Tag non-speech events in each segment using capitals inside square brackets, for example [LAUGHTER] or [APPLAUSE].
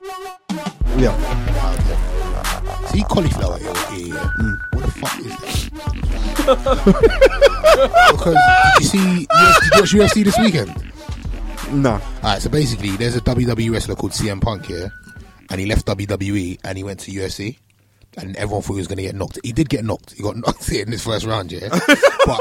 We are fucking wild. here. See cauliflower in your ear. mm, What the fuck is that? [LAUGHS] because did you see, did you watch UFC this weekend? No. Alright, so basically, there's a WWE wrestler called CM Punk here, and he left WWE and he went to UFC, and everyone thought he was going to get knocked. He did get knocked. He got [LAUGHS] knocked in his first round, [LAUGHS] yeah. but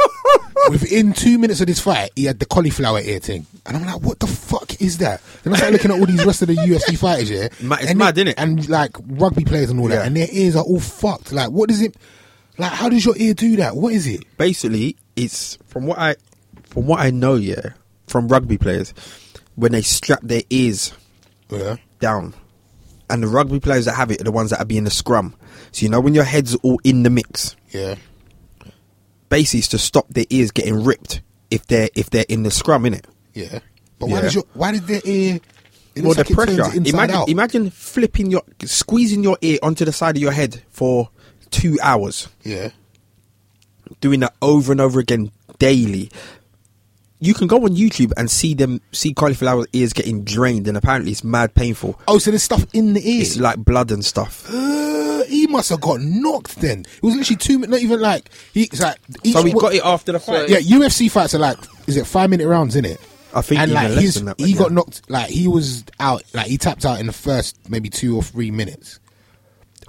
within two minutes of this fight, he had the cauliflower ear thing, and I'm like, what the fuck is that? Then I started looking at all these [LAUGHS] rest of the UFC fighters, yeah. Ma- it's and mad, they- innit? And like rugby players and all Yeah. that, and their ears are all fucked. Like, what does it? Like, how does your ear do that? What is it? Basically, it's from what I from what I know, yeah, from rugby players, when they strap their ears Yeah. down. And the rugby players that have it are the ones that are being the scrum. So you know when your head's all in the mix, Yeah. basically it's to stop their ears getting ripped if they're if they're in the scrum, innit? Yeah. But why Yeah. did your why did their ear? it Well, looks like the it turns pressure. inside Imagine, out. imagine flipping your, squeezing your ear onto the side of your head for two hours, Yeah. doing that over and over again daily. You can go on YouTube and see them see cauliflower ears getting drained, and apparently it's mad painful. Oh, so there's stuff in the ear. It's like blood and stuff. uh, he must have got knocked then. It was literally two minutes, not even like he. It's like each So we wa- got it after the fight. Yeah, UFC fights are like is it five minute rounds in it? I think and even like less he's, than that, but he yeah. got knocked. Like he was out. Like he tapped out in the first maybe two or three minutes.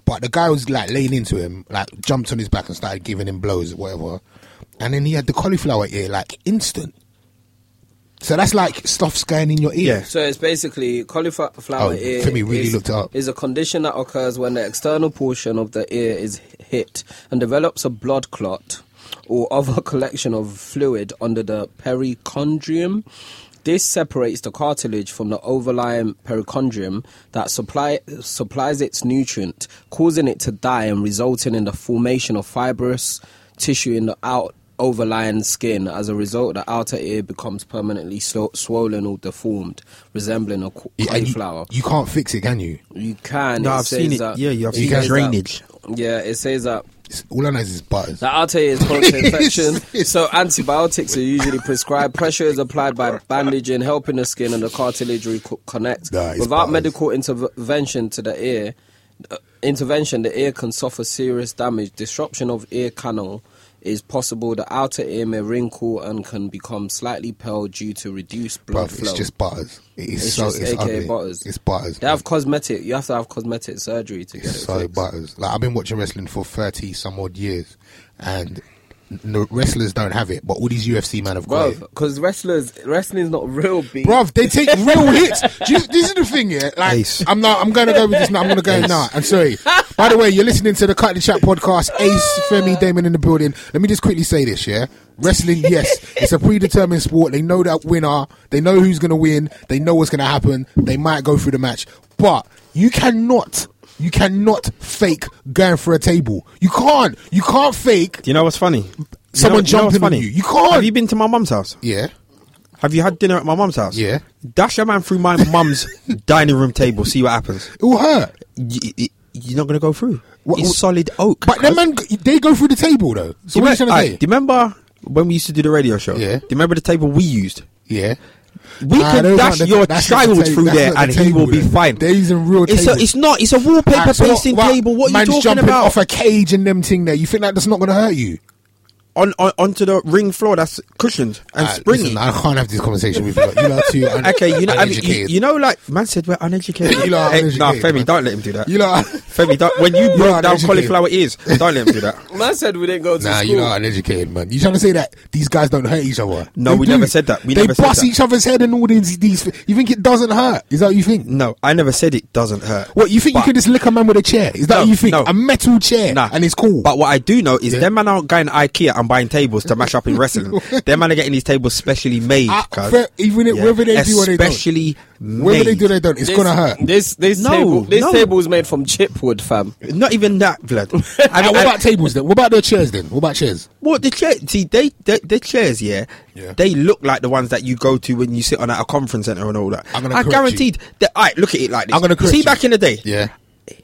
But the guy was like laying into him, like jumped on his back and started giving him blows, whatever. And then he had the cauliflower ear, like instant. So that's like stuff going in your ear. Yeah. So it's basically cauliflower Oh, ear. Femi really is, looked it up. Is a condition that occurs when the external portion of the ear is hit and develops a blood clot or other [LAUGHS] collection of fluid under the perichondrium. This separates the cartilage from the overlying perichondrium that supply, supplies its nutrient, causing it to die and resulting in the formation of fibrous tissue in the out, overlying skin. As a result, the outer ear becomes permanently sw- swollen or deformed, resembling a qu- Yeah, and you- cauliflower. you can't fix it, can you? You, can. No, I've says seen it. that- Yeah, yeah, I've it seen says drainage. that- yeah, it says that It's, all I know is it's butters. the outer ear is [LAUGHS] prone to infection, Yes. so antibiotics are usually prescribed. Pressure is applied by bandaging, helping the skin and the cartilage co- connect. Nah, it's Without bad. medical intervention to the ear, uh, intervention, the ear can suffer serious damage. Disruption of ear canal is possible. The outer ear may wrinkle and can become slightly pale due to reduced blood Bruv, flow. it's just butters. It is It's so just it's AK ugly. butters. It's butters. they have cosmetic. You have to have cosmetic surgery to bruv. get it. it's so fixed. butters. Like I've been watching wrestling for thirty some odd years, and n- no, wrestlers don't have it, but all these UFC men have got Bro, it. because wrestlers, wrestling's not real, B. Bruv, they take real hits. Do you, this is the thing, yeah. Like, Ace. I'm not. I'm going to go with this now. I'm going to go now. I'm sorry. By the way, you're listening to the Cut the Chat podcast. Ace, Femi, Damon in the building. Let me just quickly say this, yeah. Wrestling, yes, it's a predetermined sport. They know that winner. They know who's going to win. They know what's going to happen. They might go through the match, but you cannot. You cannot fake going for a table. You can't. You can't fake. Do you know what's funny? You know- Someone you know what's jumping on you. You can't. Have you been to my mum's house? Yeah. Have you had dinner at my mum's house? Yeah. Dash a man through [LAUGHS] my mum's dining room table. See what happens. It will hurt. You, you're not gonna go through. What- it's what- solid oak. But cuz. them man, they go through the table though. So Do you what are you me- trying to aye, say? do you remember when we used to do the radio show? Yeah. Do you remember the table we used? Yeah. We Nah, can those dash aren't the- your that's not the child table- through that's there, not the and he will table be then. fine. There is a real It's, table. it's not. It's a wallpaper Alright, so pasting what- table. What are you man's talking jumping about? off a cage and them thing there. You think that that's not going to hurt you? on, on onto the ring floor that's cushioned and Alright, springy. listen, I can't have this conversation with you. lot. You lot are too un- [LAUGHS] okay, you know, I mean, you, uneducated. you know, like man said, we're uneducated. You lot are Hey, nah, uneducated, Femi, man. don't let him do that. You [LAUGHS] lot- Femi, don't, when [LAUGHS] you You're broke down uneducated. cauliflower ears, don't let him do that. Man said we didn't go to Nah, school. you know, uneducated man. You trying to say that these guys don't hurt each other? No, They we do. never said that. We they never said bust that. each other's head and all these, these. You think it doesn't hurt? Is that what you think? No, I never said it doesn't hurt. What you think But- you can just lick a man with a chair? Is that No, what you think? no. A metal chair Nah. and it's cool. But what I do know is Yeah. them man aren't going to IKEA and I'm buying tables to mash up in [LAUGHS] wrestling. Them man are getting these tables specially made. I- cuz. Ah, fair- even if- whether they do or they don't. especially made. Whether they do, they don't. It's This- gonna hurt. This this No, table this no. table is made from [LAUGHS] chipwood, fam. Not even that, blood. And what about tables then? What about their chairs then? What about chairs? What the chair? See, they, they the chairs, yeah, Yeah. they look like the ones that you go to when you sit on at a conference center and all that. I'm gonna I correct guaranteed that. I look at it like this. I'm gonna you correct see you. back in the day. Yeah.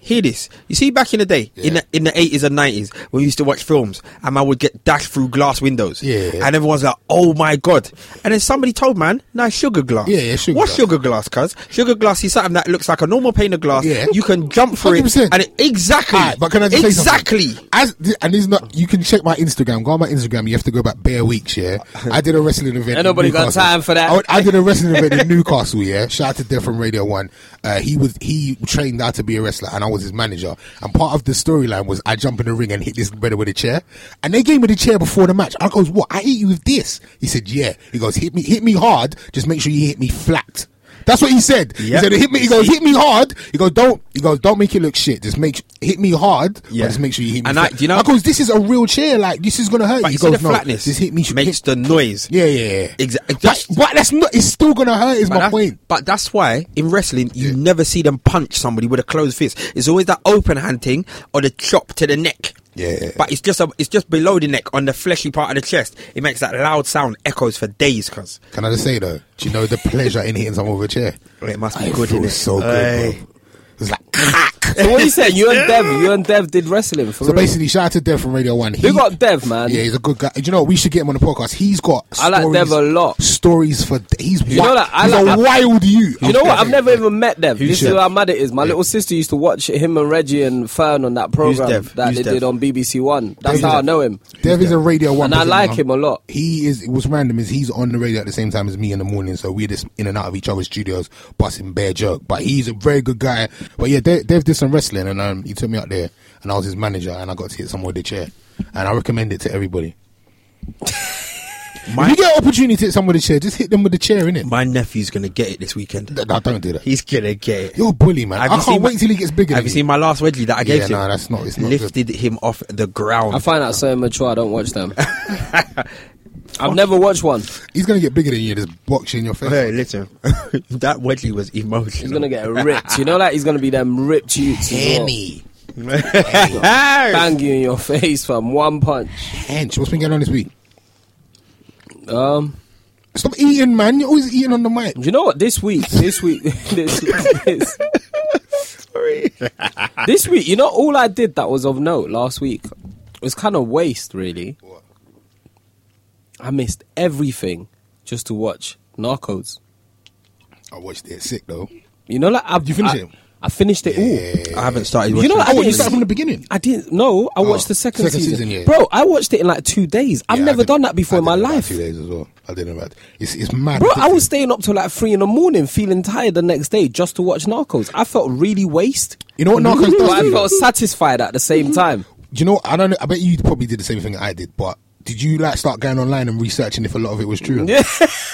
Hear this. You see, back in the day, in Yeah. the in the eighties and nineties, when we used to watch films, and man would get dashed through glass windows. Yeah. And everyone's like, "Oh my god!" And then somebody told man, "No, sugar glass." Yeah, yeah, sugar What's glass. sugar glass, cuz? Sugar glass is something that looks like a normal pane of glass. Yeah. You can jump through it, 100%. and it, exactly. Alright, but can I just say something? exactly? As th- and this is not. You can check my Instagram. Go on my Instagram. You have to go back bare weeks. Yeah, I did a wrestling event. Ain't in nobody got Newcastle. time for that. I, went- I did a wrestling event in Newcastle. Yeah, shout out to Dev from Radio One. Uh, he was he trained out to be a wrestler, and I was his manager. And part of the storyline was I jump in the ring and hit this brother with a chair, and they gave me the chair before the match. I goes, "What? I hit you with this?" He said, "Yeah." He goes, "Hit me, hit me hard. Just make sure you hit me flat." That's what he said. Yep. He said, "Hit me." He goes, "Hit me hard." He goes, "Don't." He goes, "Don't make it look shit. Just make hit me hard, Yeah. but just make sure you hit me. And I- flat. do you know- because this is a real chair. Like this is gonna hurt. But you you see goes, the no, flatness Just hit me. sh- makes hit- the noise. yeah, yeah, yeah. Exactly. But, but that's not. It's still gonna hurt. Is But my that's- point. But that's why in wrestling you never see them punch somebody with a closed fist. It's always that open hand thing or the chop to the neck. Yeah. But it's just a, it's just below the neck on the fleshy part of the chest. It makes that loud sound echoes for days. Cause Can I just say though? Do you know the pleasure in hitting someone with a chair? it must be I good. feel innit? so good, Aye. bro. It's like [LAUGHS] crack. So what you saying? You and Dev, you and Dev did wrestling for So real. basically, shout out to Dev from Radio One. He, Big up Dev, man. Yeah, he's a good guy. Do you know what? we should get him on the podcast? He's got. I like stories- Dev a lot. Stories for he's You know wild. that I he's like- a wild you. You know what? I've never even met Dev. Who's this Dev? is how mad it is. My little sister used to watch him and Reggie and Fern on that program Dev? that Who's they Dev? did on BBC One. That's Who's how I Dev? know him. Dev is a radio one, And I like presenter. him a lot. He is. It was random. Is he's on the radio at the same time as me in the morning, so we're just in and out of each other's studios, busting bare joke. But he's a very good guy. But yeah, Dev, Dev did some wrestling, and um, he took me out there, and I was his manager, and I got to hit someone with a chair, and I recommend it to everybody. if you get an opportunity to hit someone with a chair, just hit them with a chair, innit? My nephew's gonna get it this weekend. No, don't do that. He's gonna get it. You're a bully, man. Have I you can't seen my- wait till he gets bigger. Have than you seen my last wedgie that I gave Yeah, him? no, that's not- it's not good. Lifted him off the ground. I find that so immature. I don't [LAUGHS] watch them. I've never watched one. He's gonna get bigger than you. Just box you in your face. Hey, listen, [LAUGHS] that wedgie was emotional. He's [LAUGHS] gonna get ripped. You know, like he's gonna be them ripped youths. as well. Henny, Bang you in your [LAUGHS] face, fam. One punch. hench. What's been going on this week? Um, Stop eating, man. You're always eating on the mic. you know what? This week, this week, [LAUGHS] this, this, this week. You know, all I did that was of note last week was kind of waste, really. I missed everything just to watch Narcos. I watched it. Sick though. You know, like I, you finish I, it? I finished it all. I haven't started. You know watching what I Oh, didn't you started see- from the beginning. I didn't. No, I watched the second, Oh, second season. season, yeah. Bro, I watched it in like two days. I've Yeah, I never did- done that before I in my did about life. Two days as well. I didn't know about. It's it's mad. Bro, I addictive. was staying up till like three in the morning, feeling tired the next day just to watch Narcos. I felt really waste. You [LAUGHS] know what Narcos does But to I you? felt satisfied at the same Mm-hmm. time. Do you know? I don't. know. I bet you probably did the same thing I did, but. Did you like start going online and researching if a lot of it was true? Yeah.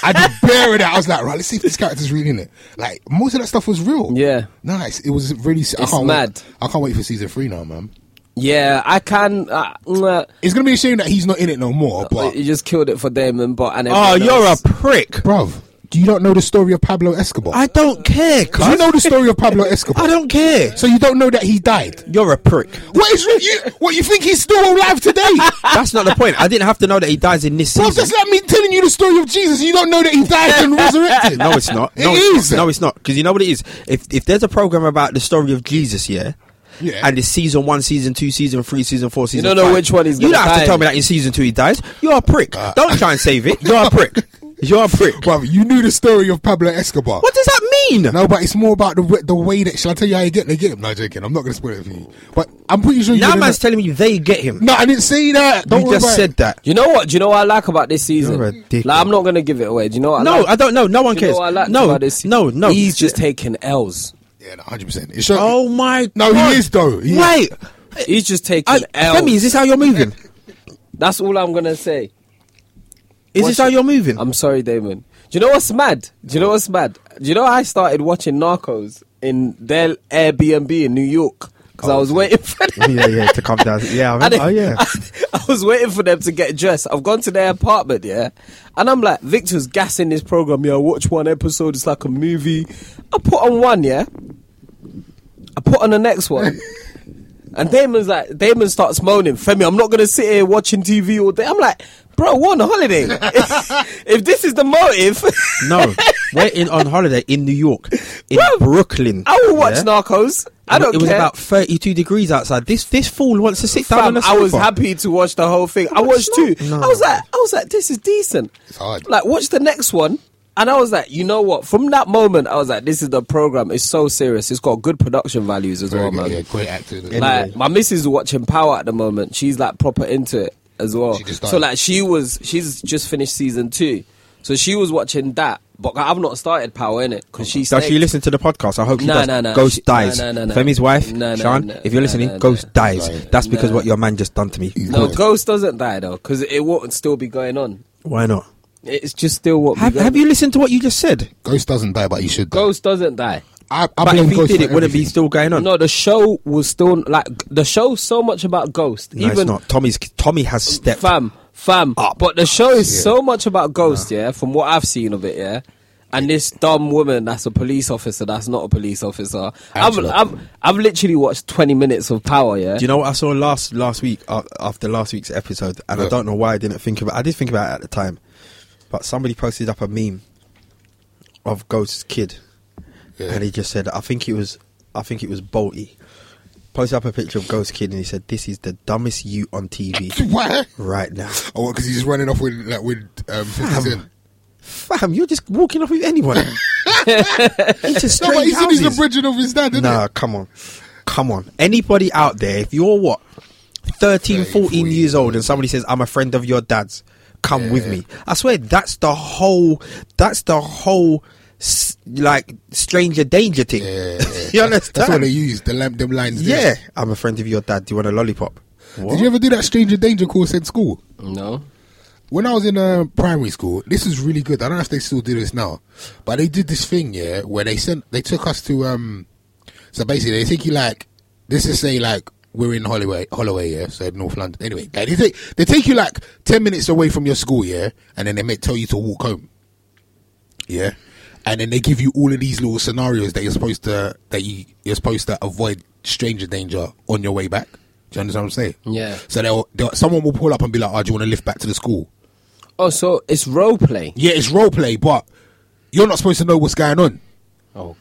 I did bare of that. I was like, right, let's see if this character's real in it. Like most of that stuff was real. Yeah. nice. It was really. It's I It's can't mad. Wait. I can't wait for season three now, man. Yeah, I can. Uh, mm, It's gonna be a shame that he's not in it no more. uh, But you just killed it for Damon, but and Oh, everyone you're a else. prick. bruv, do you not know the story of Pablo Escobar? I don't care, do you cuz. know [LAUGHS] the story of Pablo Escobar? I don't care. So you don't know that he died. You're a prick. What is you? What you think he's still alive today? [LAUGHS] That's not the point. I didn't have to know that he dies in this Bro, season. that's like me telling you the story of Jesus. You don't know that he died and resurrected. No, [LAUGHS] it's not. No, it it's is. Not. No, it's not. Because you know what it is. If if there's a program about the story of Jesus, yeah. Yeah. And it's season one, season two, season three, season four, season. don't know five. which one he's You don't gonna have die to tell in. me that in season two he dies. You're a prick. Uh. don't try and save [LAUGHS] it. You're a prick. You're a prick. Bruv, you knew the story of Pablo Escobar. What does that mean? No, but it's more about the w- the way that. Shall I tell you how you get? They get him. No, joking. I'm not going to spoil it for you. But I'm pretty sure you. now didn't man's know- telling me they get him. no, I didn't say that. Don't you worry just about said it. that. You know what? Do you know what I like about this season? You're a dickhead. Like, I'm not gonna give it away. Do you know what? I No, like? I don't know. No one Do you know cares. what I liked no, about this season? no, no. He's just taking L's. Yeah, 100. percent It showed. Oh my! No, he God. is though. He is. Wait, He's just taking I, L's. Femi, is this how you're moving? That's all I'm gonna say. Is What's this how you're moving? I'm sorry, Damon. Do you know what's mad? Do you know what's mad? Do you know I started watching Narcos in their Airbnb in New York? because I was waiting for [LAUGHS] them. yeah, yeah, to come down. Yeah, I [LAUGHS] I remember. Oh, didn't- yeah. I, was waiting for them to get dressed. I've gone to their apartment, yeah, and I'm like, Victor's gassing this program. Yeah, watch one episode. It's like a movie. I put on one, yeah. I put on the [LAUGHS] next one. And Damon's like, Damon starts moaning, Femi, I'm not gonna sit here watching TV all day. I'm like, bro, we're on a [LAUGHS] holiday. [LAUGHS] if this is the motive, [LAUGHS] No, we're in on holiday in New York, in Bruv, Brooklyn. I will watch yeah? Narcos. I don't It was care. about 32 degrees outside. This this fool wants to sit down Fam, on the I sofa. was happy to watch the whole thing. I No, it's watched two. not. No. I was like, I was like, this is decent. It's hard. Like, watch the next one. And I was like, you know what? From that moment, I was like, this is the program. It's so serious. It's got good production values as Very Oh, well, good, man. yeah, great actor. Like, my missus is watching Power at the moment. She's like proper into it as well. She just So started. like, she was, she's just finished season two, so she was watching that. But I've not started Power in it because she. Does she snaked- listen to the podcast? I hope she No, does. no, no. Ghost She- dies. no, no, no, no. Femi's wife, No, no, Sean, no, if you're no, listening, no, Ghost no. dies. Right. That's because No. what your man just done to me. No, Good. Ghost doesn't die though, because it won't still be going on. Why not? It's just still what. Have, have you listened to what you just said? Ghost doesn't die, but he should. Die. Ghost doesn't die. I, I but blame if he Ghost did, for it wouldn't be everything. still going on. No, the show was still like the show's so much about Ghost. No, it's not. Tommy's Tommy has stepped. fam, fam. Up. But the show is so much about Ghost, yeah. From what I've seen of it, yeah. And this dumb woman that's a police officer, that's not a police officer. I've, Angela. I've, I've literally watched 20 minutes of Power, yeah. Do you know what I saw last last week uh, after last week's episode? And I Yeah. don't know why I didn't think about. I did think about it at the time, but somebody posted up a meme of Ghost's kid, Yeah. and he just said, "I think it was, I think it was Bolty." Posted up a picture of Ghost's kid, and he said, "This is the dumbest you [LAUGHS] on TV What? right now." [LAUGHS] Oh, because he's running off with like with um, 50 Fam. Cent. Fam, you're just walking off with anyone. Into No, but strange he's in his houses. abridging of his dad, isn't Nah, come on. Come on. Anybody out there, if you're what, 13, 14 years old and somebody says, I'm a friend of your dad's, come with me. I swear, that's the whole, that's the whole, s- like, stranger danger thing. Yeah, yeah. [LAUGHS] you understand? That's what they use. The lamp, them lines. yeah. There. I'm a friend of your dad. Do you want a lollipop? What? Did you ever do that stranger danger course in school? No. When I was in uh, primary school, this was really good. I don't know if they still do this now, but they did this thing, yeah, where they sent they took us to um. So basically, they take you like this is say like we're in Holloway, Holloway, yeah, so North London. Anyway, like, they take they take you like ten minutes away from your school, yeah, and then they may tell you to walk home, yeah, and then they give you all of these little scenarios that you're supposed to that you you're supposed to avoid stranger danger on your way back. Do you understand what I'm saying? Yeah. So they'll, they'll someone will pull up and be like, "Oh, do you want to lift back to the school?" Oh, so it's role play. Yeah, it's role play, but you're not supposed to know what's going on.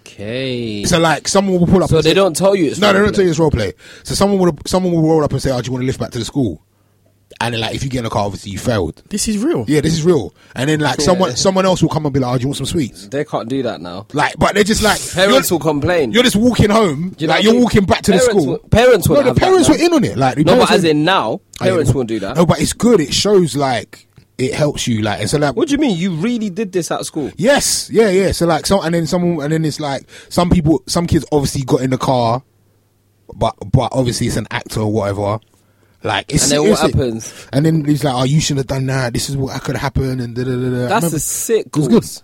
Okay. So like someone will pull up. So and they say- don't tell you it's no, they role don't play. tell you it's role play. So someone will someone will roll up and say, "Oh, do you want to lift back to the school?" And then like, if you get in the car, obviously you failed. This is real. Yeah, this is real. And then like someone someone else will come and be like, "Oh, do you want some sweets?" They can't do that now. Like, but they're just like Parents you're, will complain. You're just walking home, You know like what you're I mean? walking back to the Parents school. will- parents no, will the have that parents now. were in on it. Like, the no, but parents as were- in now, Oh, yeah. parents won't do that. No, but it's good. It shows like it helps you. Like, and so like, What do you mean? You really did this at school? Yes, yeah, yeah. So like, so and then someone, and then it's like some people, some kids obviously got in the car, but but obviously it's an actor or whatever. Like, it's, And then what it's- happens? And then he's like, "Oh, you should have done that. This is what could happen." And da, da, da, da. I That's remember- a sick It was course. good.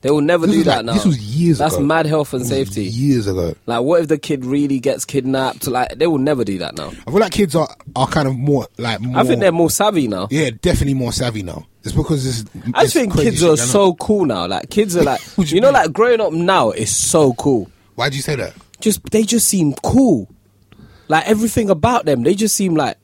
They will never This do was that like- now. this was years That's ago. mad health and It was safety. years ago. Like, what if the kid really gets kidnapped? Like, they will never do that now. I feel like kids are are kind of more like. More, I think they're more savvy now. yeah, definitely more savvy now. It's because it's. I it's think crazy kids shit are going on. so cool now. Like, kids are like, [LAUGHS] What do you you know, mean? like growing up now is so cool. Why'd you say that? Just they just seem cool. Like everything about them, they just seem like,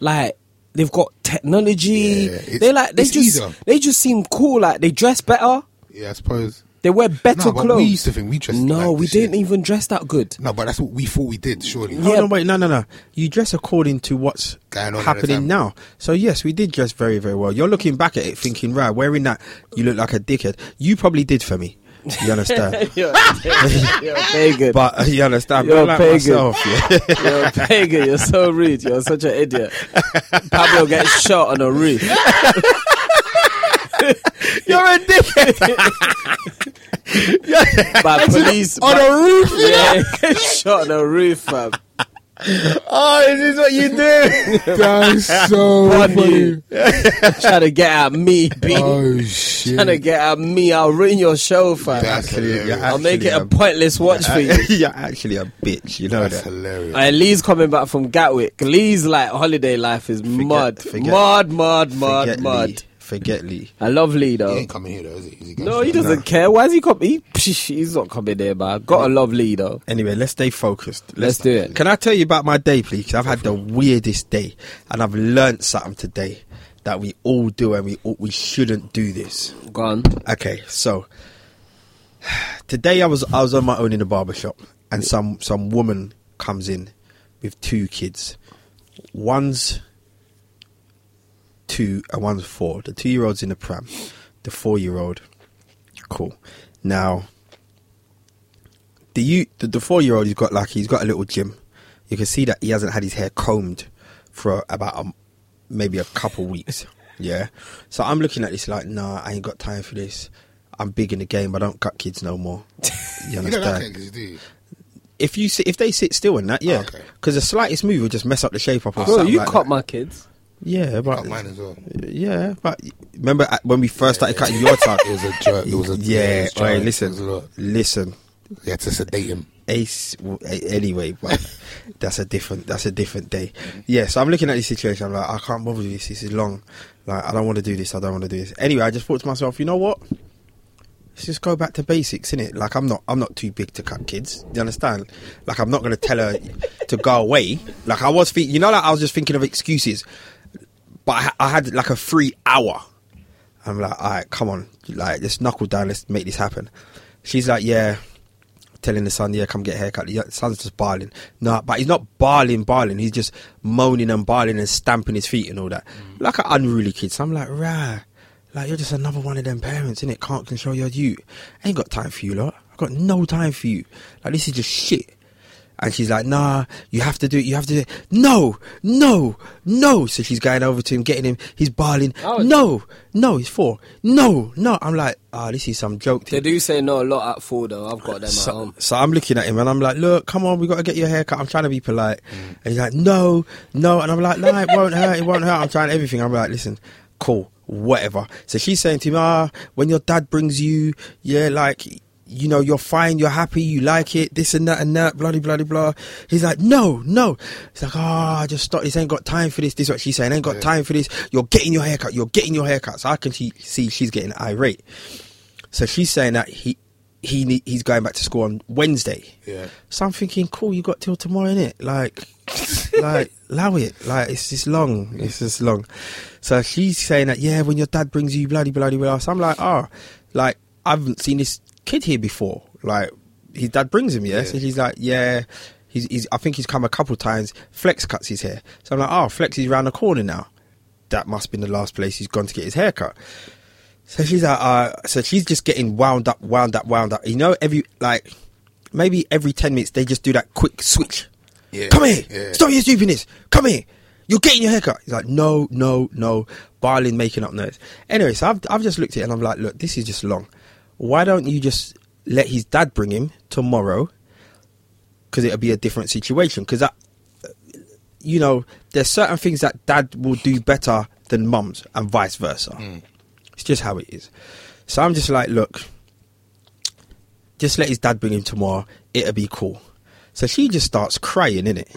like they've got technology. Yeah, it's- they like they it's just easier. they just seem cool. Like they dress better. Yeah, I suppose. They wear better No, but clothes. we used to think we dressed No, like we this shit. didn't even dress that good. No, but that's what we thought we did. Surely. Oh, No, Yeah. no, wait, no, no, no. You dress according to what's Going on at the happening time. now. So yes, we did dress very, very well. You're looking back at it, thinking, right, wearing that, you look like a dickhead. You probably did for me. You understand? You're [LAUGHS] a pagan. but uh, you understand? You're but a like pagan. myself, yeah. You're a pagan. You're so rude. You're such an idiot. Pablo gets shot on [LAUGHS] a roof. You're a dickhead. [LAUGHS] by police. on by- a roof. [LAUGHS] yeah, gets shot on a roof, fam. Oh, is this what you [LAUGHS] do? [LAUGHS] That's so On funny. [LAUGHS] you. Trying to get at me, B. Oh shit. trying to get at me, I'll ruin your show, fam. That's hilarious. you're I'll make it actually a pointless watch for you. [LAUGHS] you're actually a bitch. You know That's that. hilarious. And Lee's coming back from Gatwick. Lee's like holiday life is mud, forget- mud, mud, mud, Forget mud. Lee. Forget Lee. I love Lee He though. ain't coming here though, is he? Is he going No, he straight? doesn't care. Why is he coming? He, psh, he's not coming there, man. Gotta love Lee though. Anyway, let's stay focused. Let's do it. Can I tell you about my day, please? 'Cause I've had the weirdest day, and I've learnt something today that we all do, and we all, we shouldn't do this. Gone. Okay, so [SIGHS] today I was I was on my own in a barber shop, and some some woman comes in with two kids. One's two and one's four. The two year old's in the pram. The four year old, cool. Now, the you the, the four year old he's got like he's got a little gym. You can see that he hasn't had his hair combed for about a, maybe a couple weeks. Yeah. So I'm looking at this like, nah, I ain't got time for this. I'm big in the game. I don't cut kids [LAUGHS] no more. You You don't like understand? kids, do you? if you sit, if they sit still and that, yeah, Okay. because the slightest move will just mess up the shape up. Bro, or something Oh, you like caught that. my kids. Yeah, but Cut mine as well. yeah, but remember at- when we first started cutting [LAUGHS] your time? It was a joke. It was [LAUGHS] a it yeah. was a Oi, joke. It listen, was a lot. listen. He had to sedate him. Ace. w- a- Anyway, but [LAUGHS] that's a different. That's a different day. Yeah. So I'm looking at this situation. I'm like, I can't bother with this. This is long. Like, I don't want to do this. I don't want to do this. Anyway, I just thought to myself, you know what? Let's just go back to basics, innit? Like, I'm not. I'm not too big to cut kids. You understand? Like, I'm not going to tell her to go away. Like, I was. Think, you know, like I was just thinking of excuses. But I, I had like a free hour. I'm like, all right, come on, like let's knuckle down, let's make this happen. She's like, yeah, telling the son, yeah, come get a haircut. The son's just barling. No, but he's not barling, barling. He's just moaning and barling and stamping his feet and all that, like an unruly kid. So I'm like, rah, like you're just another one of them parents, innit? Can't control your you. I ain't got time for you, lot. I got no time for you. Like this is just shit. And she's like, nah, you have to do it, you have to do it. No, no, no. So she's going over to him, getting him, he's barling, Oh. no, no, he's four. No, no. I'm like, ah, this is some joke. They thing. do say no a lot at four though. I've got them at So, home. so I'm looking at him and I'm like, look, come on, we got to get your haircut. I'm trying to be polite. And he's like, no, no. And I'm like, no, it won't hurt, it won't hurt. I'm trying everything. I'm like, listen, cool, whatever. So she's saying to him, ah, when your dad brings you, yeah, like, you know, you're fine, you're happy, you like it, this and that and that, bloody, bloody, blah. He's like, no, no. He's like, ah, just stop. This ain't got time for this. This is what she's saying. Ain't got time for this. You're getting your haircut. You're getting your haircut. So I can see, see she's getting irate. So she's saying that he he ne- he's going back to school on Wednesday. Yeah. So I'm thinking, cool, you got till tomorrow, innit? Like, [LAUGHS] like, allow it. Like, it's just long. It's just long. So she's saying that, yeah, when your dad brings you bloody, bloody, blah. So I'm like, oh, like, I haven't seen this kid here before. Like, his dad brings him, yeah? Yeah. So he's like, yeah. He's, he's, I think he's come a couple times. Flex cuts his hair. So I'm like, oh, Flex is round the corner now. That must have been the last place he's gone to get his hair cut. So she's like, uh, so she's just getting wound up, wound up, wound up. You know, every like maybe every ten minutes they just do that quick switch. Yeah, Come here, yeah. stop your stupidness. Come here, you're getting your haircut. He's like, no, no, no, Barlin making up noise. Anyway, so I've I've just looked at it and I'm like, look, this is just long. Why don't you just let his dad bring him tomorrow? Because it'll be a different situation. Because that you know, there's certain things that dad will do better than mums and vice versa. Mm. It's just how it is. So I'm just like, look, just let his dad bring him tomorrow. It'll be cool. So she just starts crying, innit?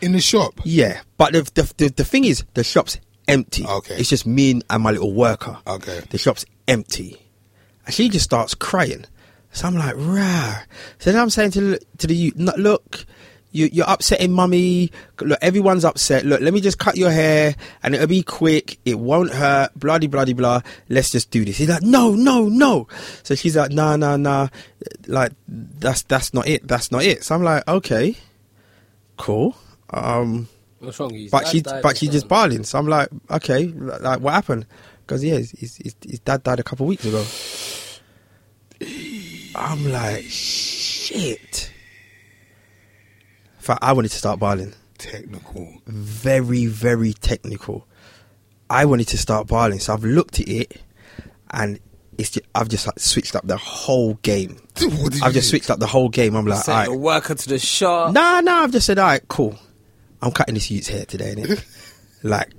In the shop. Yeah. But the, the, the, the thing is, the shop's empty. Okay. It's just me and my little worker. Okay. The shop's empty. And she just starts crying. So I'm like, rah. So then I'm saying to, to the youth, "No, look, you, you're upsetting mummy. Look, everyone's upset. Look, let me just cut your hair and it'll be quick. It won't hurt. Bloody, bloody, blah. Let's just do this. He's like, no, no, no. So she's like, nah, nah, nah. Like, that's, that's not it. That's not it. So I'm like, okay, cool. Um, What's wrong? His but dad she, died but or she just something. barling. So I'm like, okay, like what happened? Because yeah, his, his, his, his dad died a couple of weeks ago. I'm like, shit. In fact, I wanted to start barling. Technical. [LAUGHS] Very, very technical. I wanted to start barling, so I've looked at it, and it's just, I've just like, switched up the whole game. What did I've you just do? switched up the whole game. I'm like, Sent alright. a worker to the shop. [LAUGHS] Nah, nah, I've just said, all right, cool. I'm cutting this youth's hair today, innit? like,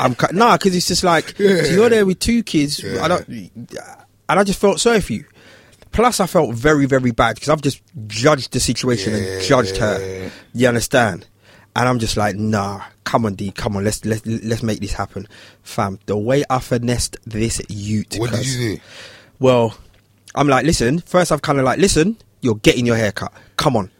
I'm cut. Nah, because it's just like so you're there with two kids. I don't, and I just felt sorry for you. Plus, I felt very, very bad because I've just judged the situation and judged her. You understand? And I'm just like, nah, come on, D, come on, let's let's let's make this happen, fam. The way I finessed this Ute. What did cuz- you do? well, I'm like, listen, first I've kind of like, listen, you're getting your haircut. Come on.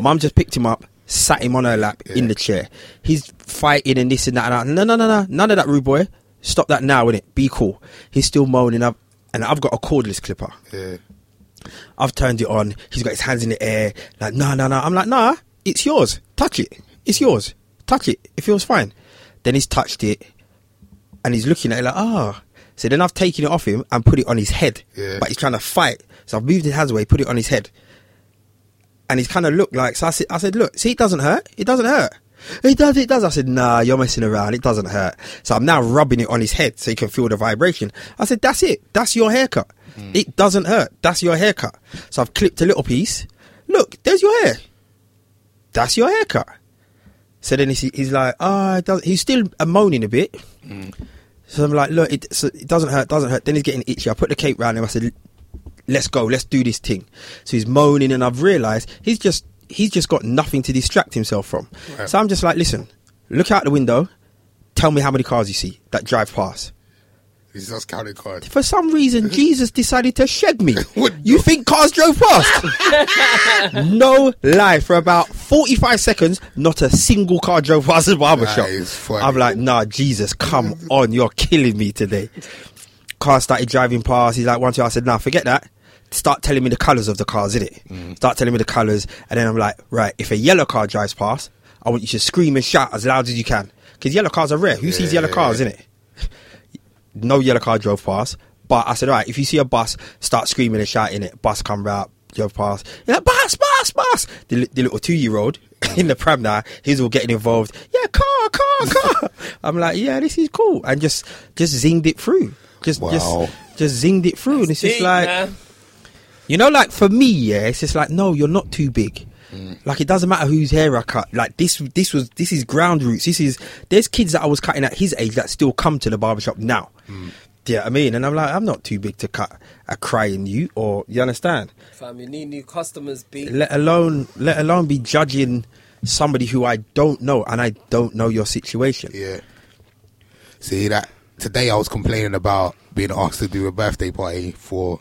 Mum just picked him up, sat him on her lap in the chair. He's fighting and this and that. And I, no, no, no, no, none of that, rude boy. Stop that now, innit? Be cool. He's still moaning up, and I've got a cordless clipper. Yeah. I've turned it on. He's got his hands in the air. Like, nah, nah, nah. I'm like, nah, it's yours. Touch it. It's yours. Touch it. It feels fine. Then he's touched it and he's looking at it like, ah. So then I've taken it off him and put it on his head. Yeah. But he's trying to fight. So I've moved his hands away, put it on his head. And he's kind of looked like, so I said, I said, look, see, it doesn't hurt. It doesn't hurt. It does, it does. I said, nah, you're messing around. It doesn't hurt. So I'm now rubbing it on his head so he can feel the vibration. I said, that's it. That's your haircut. It doesn't hurt. That's your haircut. So I've clipped a little piece. Look, there's your hair. That's your haircut. So then he's, he's like, ah, it does he's still uh, moaning a bit. So I'm like, look, it, so it doesn't hurt, doesn't hurt. Then he's getting itchy. I put the cape round him. I said, let's go, let's do this thing. So he's moaning, and I've realised he's just he's just got nothing to distract himself from. Right. So I'm just like, listen, look out the window, tell me how many cars you see that drive past. He's just counting cards. For some [LAUGHS] reason, Jesus decided to shed me. What You think cars drove [LAUGHS] past? no lie. For about 45 seconds, not a single car drove past the barber That shop. is funny. I'm like, nah, [LAUGHS] Jesus, come on. You're killing me today. Car started driving past. He's like, one, two. I said, nah, forget that. Start telling me the colours of the cars, innit? Mm. Start telling me the colours. And then I'm like, right, if a yellow car drives past, I want you to scream and shout as loud as you can. Because yellow cars are rare. Who sees yellow Yeah. cars, innit? no yellow car drove past. But I said, all right, if you see a bus, start screaming and shouting it. Bus come round, drove past. You're like, bus, bus, bus. The, li- the little two year old [LAUGHS] in the pram now, he's all getting involved. Yeah, car, car, car. [LAUGHS] I'm like, yeah, this is cool. And just just zinged it through. Just Wow. just just zinged it through. and it's just Deep, like man. you know, like for me, yeah, it's just like no, you're not too big. Like it doesn't matter whose hair I cut. Like this, this was this is ground roots. This is there's kids that I was cutting at his age that still come to the barbershop now. Do you know what I mean? And I'm like, I'm not too big to cut a crying you, or you understand? Fam, you need new customers, B. [LAUGHS] Let alone, let alone be judging somebody who I don't know and I don't know your situation. Yeah. See that today I was complaining about being asked to do a birthday party for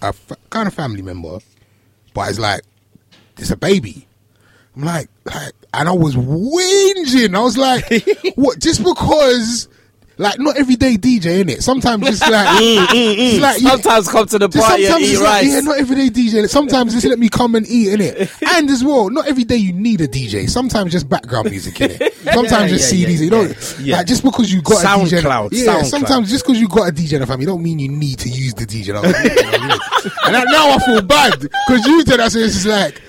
a f- kind of family member, but it's like it's a baby. I'm like, like, and I was whinging. I was like, what? Just because. Like not everyday DJ in it. Sometimes it's like, Mm. it's like you- Sometimes come to the just party and sometimes eat it's like, rice. yeah, not every day DJ. Sometimes just let me come and eat in [LAUGHS] it. And as well, not every day you need a DJ. Sometimes just background music in it. Sometimes [LAUGHS] Yeah, just yeah, CDs. yeah, you know, yeah. like just because you got a DJ, SoundCloud, yeah. SoundCloud. Sometimes just because you got a DJ in the family, don't mean you need to use the DJ. in the family, you know what I [LAUGHS] mean? and I, now I feel bad because you did. I said it's just like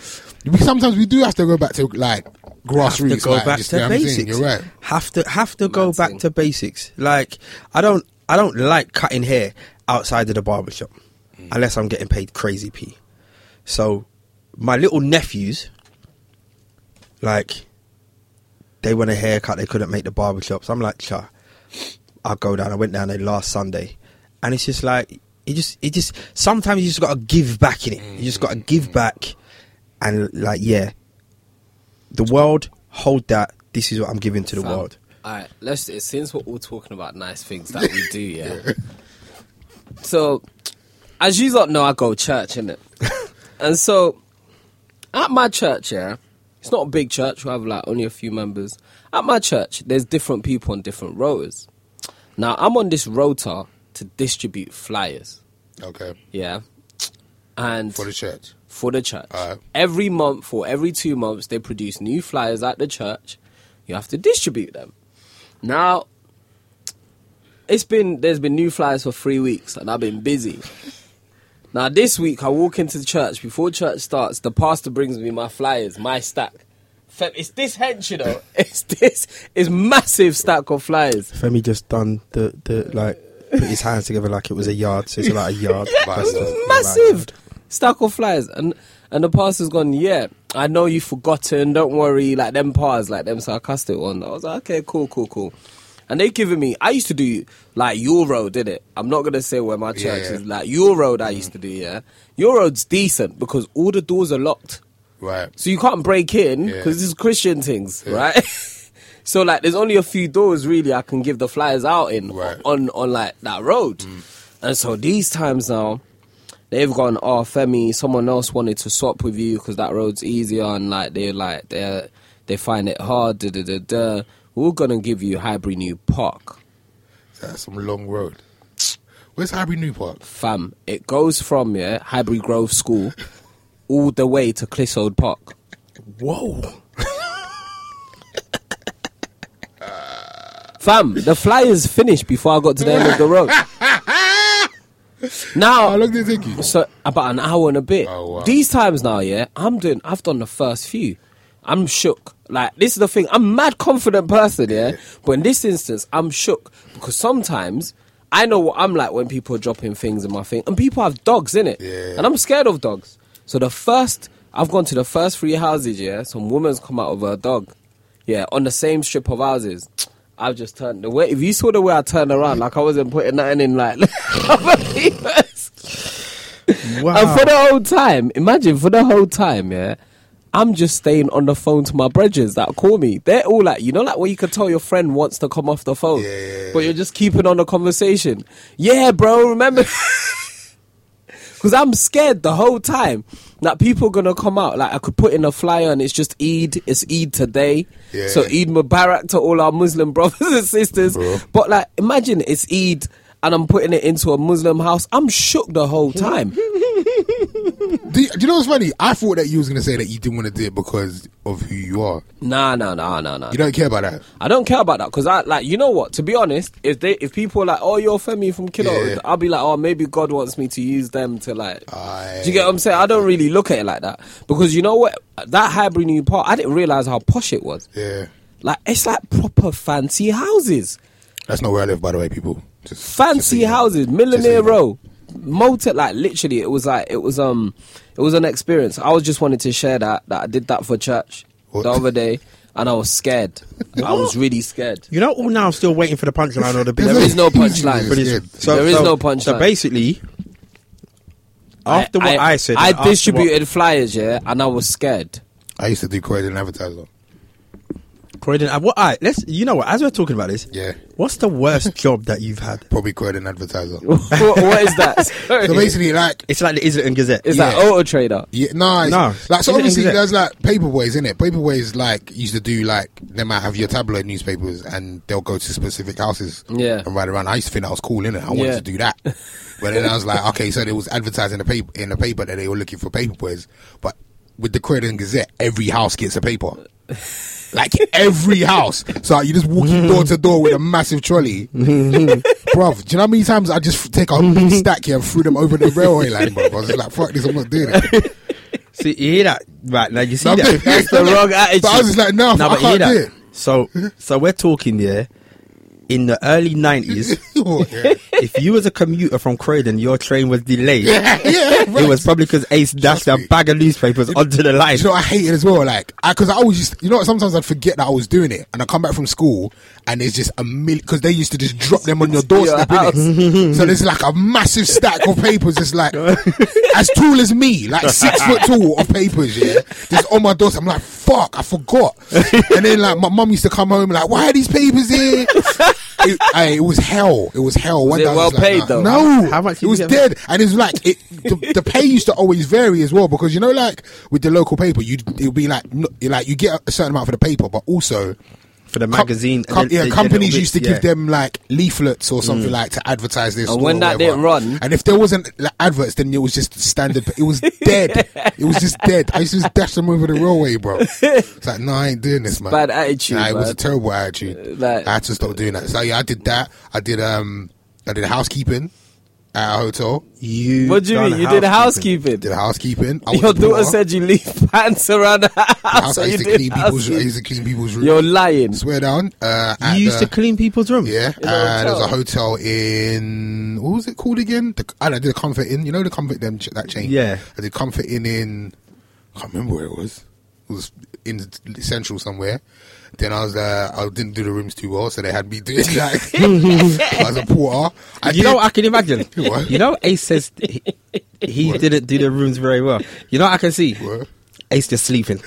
we, sometimes we do have to go back to like grassroots. to go like, back just, you to know what I'm saying? basics. You're right. Have to have to go Mad back thing. to basics. Like I don't I don't like cutting hair outside of the barbershop Mm. unless I'm getting paid crazy p. So my little nephews, like, they want a haircut. They couldn't make the barbershops. I'm like, cha. I'll go down. I went down there last Sunday, and it's just like it just it just sometimes you just gotta give back in it. You just gotta Mm-hmm. give back, and like yeah, the world hold that. This is what I'm giving to the world. All right, let's. Since we're all talking about nice things that we do, yeah. [LAUGHS] so, as you lot know, I go church, innit? and so, at my church, yeah, it's not a big church. We have like only a few members. At my church, there's different people on different rotas. Now, I'm on this rota to distribute flyers, Okay, yeah, and for the church. for the church. Alright. Every month or every two months, they produce new flyers at the church. You have to distribute them. Now, it's been there's been new flyers for three weeks, and I've been busy. Now this week, I walk into the church before church starts. The pastor brings me my flyers, my stack. Fam, It's this hench, you know. [LAUGHS] It's this. It's massive stack of flyers. Femi just done the the like put his hands together like it was a yard. So it's like a [LAUGHS] yard. but It it's was massive stack of flyers and and the pastor's gone yeah i know you've forgotten don't worry like them pars like them sarcastic one i was like okay cool cool cool And they giving me. I used to do like your road, did it? I'm not gonna say where my church yeah. Mm. is. Like your road, I used to do. Yeah, your road's decent because all the doors are locked. Right. So you can't break in Yeah. because this is Christian things, Yeah. right? [LAUGHS] so like, there's only a few doors really I can give the flyers out in Right. Mm. on on like that road. And so these times now, they've gone, oh Femi, someone else wanted to swap with you because that road's easier, and like they're like they are they find it hard. Da, da, da, da. We're gonna give you Highbury New Park, That's some long road. Where's Highbury New Park? fam. It goes from yeah Highbury Grove School all the way to Clissold Park. [LAUGHS] Whoa. Fam, the flyers finished before I got to the end of the road. How now, long did it take you? so about an hour and a bit. Oh, wow. These times now, yeah, I'm doing. I've done the first few. I'm shook. Like this is the thing. I'm a mad confident [LAUGHS] person, yeah. But in this instance, I'm shook because sometimes I know what I'm like when people are dropping things in my thing, and people have dogs in it, Yeah. and I'm scared of dogs. So the first, I've gone to the first three houses, yeah. Some woman's come out of her dog, yeah, on the same strip of houses. I've just turned the way. If you saw the way I turned around, like I wasn't putting nothing in, like [LAUGHS] other people's. And for the whole time, imagine for the whole time, yeah, I'm just staying on the phone to my brethren that call me. They're all like, you know, like where you can tell your friend wants to come off the phone, Yeah, yeah, yeah. but you're just keeping on the conversation. Yeah, bro, remember. [LAUGHS] Because I'm scared the whole time that people gonna come out. Like I could put in a flyer and it's just Eid. It's Eid today. Yeah. So Eid Mubarak to all our Muslim [LAUGHS] brothers and sisters. Bro. But like, imagine it's Eid and I'm putting it into a Muslim house. I'm shook the [LAUGHS] whole time. Do you, do you know what's funny? I thought that you was gonna say that you didn't want to do it because of who you are. nah, nah, nah, nah, nah. You don't care about that. I don't care about that because I like you know what. To be honest, if they if people are like, oh, you're Femi from Kiddo, Yeah, yeah. I'll be like, oh, maybe God wants me to use them to like. Aye. do you get what I'm saying? I don't really look at it like that because you know what? That hybrid new part, I didn't realize how posh it was. Yeah. Like it's like proper fancy houses, That's not where I live, by the way, people. Just, just so fancy you know. houses, Just so millionaire you know. row, motor. Like literally, it was like it was um, it was an experience. I was just wanted to share that that I did that for church What? the other day, and I [LAUGHS] was scared. I was really scared. You know, all now I'm still waiting for the punchline [LAUGHS] or the bit. There is no punchline. But it's- there is no punchline. So basically, after what I, said, I after what- distributed flyers, yeah, and I was scared. [LAUGHS] I used to do Croydon advertiser. Croydon. uh, What I let's you know what as we're talking about this. Yeah. What's the worst [LAUGHS] job that you've had? Probably Croydon advertiser. [LAUGHS] What- what is that? [LAUGHS] so basically, like, It's like the Islington Gazette. is that yeah. auto trader? yeah, no, it's, No. like, so Is it- obviously, is it- there's like paperways, in it? Paperways, like, used to do, like, they might have your tabloid newspapers and they'll go to specific houses Yeah. and ride around. I used to think that was cool, innit? I wanted Yeah. to do that. [LAUGHS] But then I was like, okay, so they was advertising the paper, in the paper that they were looking for paperboys, but with the Croydon Gazette, every house gets a [LAUGHS] paper. Like every house, so you just walking door to door with a massive [LAUGHS] trolley, bruv. Do you know how many times I just take a big stack here and threw them over the railway line, bruv? I was just like, fuck this, I'm not doing it. See, you hear that? Right now, you see No, I'm that? good. [LAUGHS] That's the wrong attitude. But I was just like, no, I can't do it. So, so we're talking there. In the [LAUGHS] early nineties, yeah, if you was a commuter from Croydon, your train was [LAUGHS] delayed. yeah, right. It was probably because Ace dashed a me. bag of newspapers onto the line. Do you know, what I hate it as well. Like, because I, always used, you know, what, sometimes I'd forget that I was doing it, and I come back from school, and it's just a million. Because they used to just drop them on your doorstep, Your innit? so there's like a massive stack of papers, just like as tall as me, like six foot tall of papers, yeah, just on my doorstep. I'm like, fuck, I forgot. And then like my mum used to come home, like, why are these papers here? It, aye, it was hell. It was hell. One it day I well like, paid, nah. though? No, How much did It you was get? dead dead. And it's like it, the, the pay used to always vary as well because you know, like with the local paper, you it'd be like no- like you get a certain amount for the paper, but also for the com- magazine. and com- then yeah, they- companies they- used to yeah. give them like leaflets or something like to advertise this. Mm. And when that didn't run- and if there wasn't like, adverts, then it was just standard. It was dead. it was just dead. I used to just dash them over the railway, bro. It's like, no, I ain't doing this, man. bad attitude, Nah, it was man. Uh, a terrible attitude. Like- I had to stop doing that. So yeah, I did that. I did um, I did housekeeping at a hotel. You What do you done mean? You did housekeeping. did housekeeping. I was [LAUGHS] Your a plumber. daughter said you leave [LAUGHS] pants around the house. house, So I you used to did clean people's. I housekeeping. used to clean people's rooms. You're lying. Swear down. Uh, You at used the- to clean people's rooms. Yeah, a uh, there was a hotel. hotel in what was it called again? The, I don't know, did a Comfort Inn. You know the Comfort them ch- that chain. Yeah. I did Comfort Inn in. I can't remember where it was. was in central somewhere. Then I was uh, I didn't do the rooms too well, so they had me [LAUGHS] doing like [LAUGHS] I was a porter. I you know, did- what I can imagine. [LAUGHS] What? You know, Ace says he, he didn't do the rooms very well. You know, what I can see What? Ace [LAUGHS] just sleeping.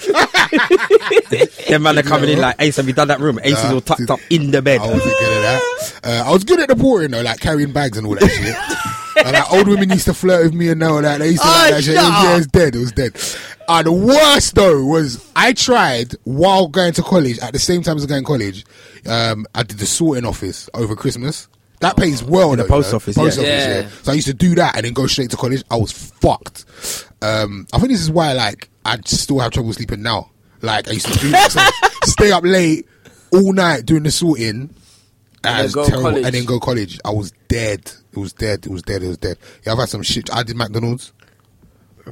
Them man are coming in like Ace. Have you done that room? Ace is Nah, all tucked dude, up in the bed. I wasn't good at that. Uh, I was good at the porting though, like carrying bags and all that shit. And like, old women used to flirt with me and all that. They used to like Oh, that shit. It shut was, yeah, up. it was dead. It was dead. And the worst though was I tried while going to college. At the same time as going to college, um, I did the sorting office over Christmas. That pays well. In the post office, Post yeah. office. Yeah. Yeah. So I used to do that and then go straight to college. I was fucked. Um, I think this is why, like, I still have trouble sleeping now. Like, I used to do that. [LAUGHS] So stay up late all night doing the sorting. then And, it's go terrible. college. and then go college. I was dead. It was dead. It was dead. It was dead. Yeah, I've had some shit. I did McDonald's.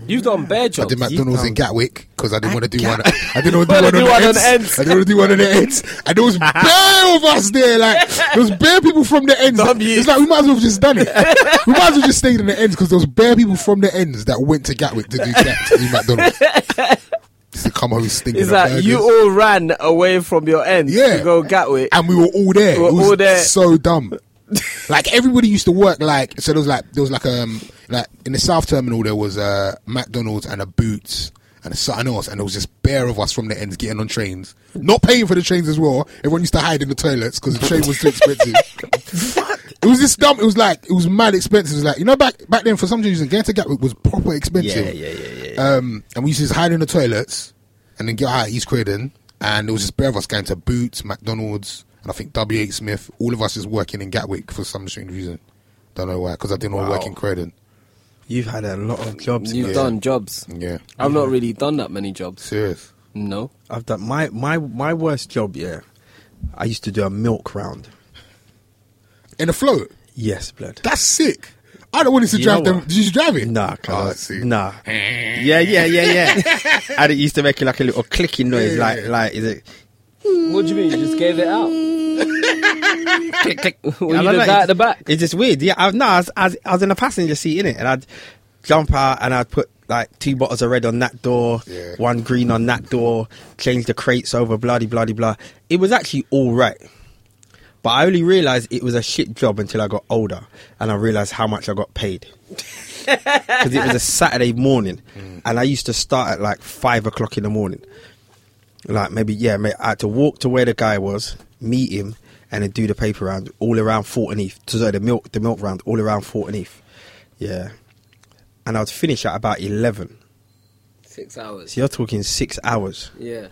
You've done bear I jobs. did McDonald's in Gatwick because I didn't want to do one. Gat- I didn't [LAUGHS] want to do Wanna one on the ends. I didn't want to do one on the ends. And there [LAUGHS] was bare of us there, like there was bare people from the ends. Dumb youths. It's like we might as well have just done [LAUGHS] it. we might as well just stayed in the ends because there was bare people from the ends that went to Gatwick to do, Gat- to do [LAUGHS] McDonald's. Just to come home stinking. Is of that burgers. you all ran away from your end Yeah. to go Gatwick? and we were all there. We were it was all there. So dumb. [LAUGHS] like everybody used to work like so. There was like there was like um like in the South Terminal there was a McDonald's and a Boots and a something else, and there was just bare of us from the ends getting on trains, not paying for the trains as well. Everyone used to hide in the toilets because the train was too [LAUGHS] expensive. It was just dumb. It was like it was mad expensive. It was like you know back back then for some reason going to Gatwick was proper [LAUGHS] expensive. Yeah, yeah, yeah, yeah, Um, and we used to just hide in the toilets and then get out at East Croydon. And it was just bare of us going to Boots, McDonald's, and I think W8 Smith. All of us is working in Gatwick for some strange reason. Don't know why, because I didn't want to work in Croydon. You've had a lot of jobs. You've Yeah. done jobs. Yeah. I've not really done that many jobs. Serious. No. I've done my my my worst job. Yeah, I used to do a milk round. In a float. Yes, blood. That's sick. I don't want us to You drive know them. what? Did you drive it? Oh, Nah, I cause see. nah. Yeah, yeah, [LAUGHS] yeah, yeah. and it used to make like a little clicking noise, Yeah, like yeah. like is it What do you mean? You just gave it [LAUGHS] out? click click? [LAUGHS] Were you I don't the know, guy it's- at the back? It's just weird. Yeah, I, no, I was, I, was, I was in a passenger seat in it, and I'd jump out and I'd put like two bottles of red on that door, Yeah. one green on that door, change the crates over, bloody bloody blah. It was actually all right. But I only realised it was a shit job until I got older and I realised how much I got [LAUGHS] paid. Because it was a Saturday morning and I used to start at like five o'clock in the morning. Like maybe, yeah, mate, I had to walk to where the guy was, meet him, and then do the paper round all around Fort and East. Sorry, the milk, the milk round all around Fort and East. Yeah. And I would finish at about 11. Six hours. So you're talking six hours. Yeah.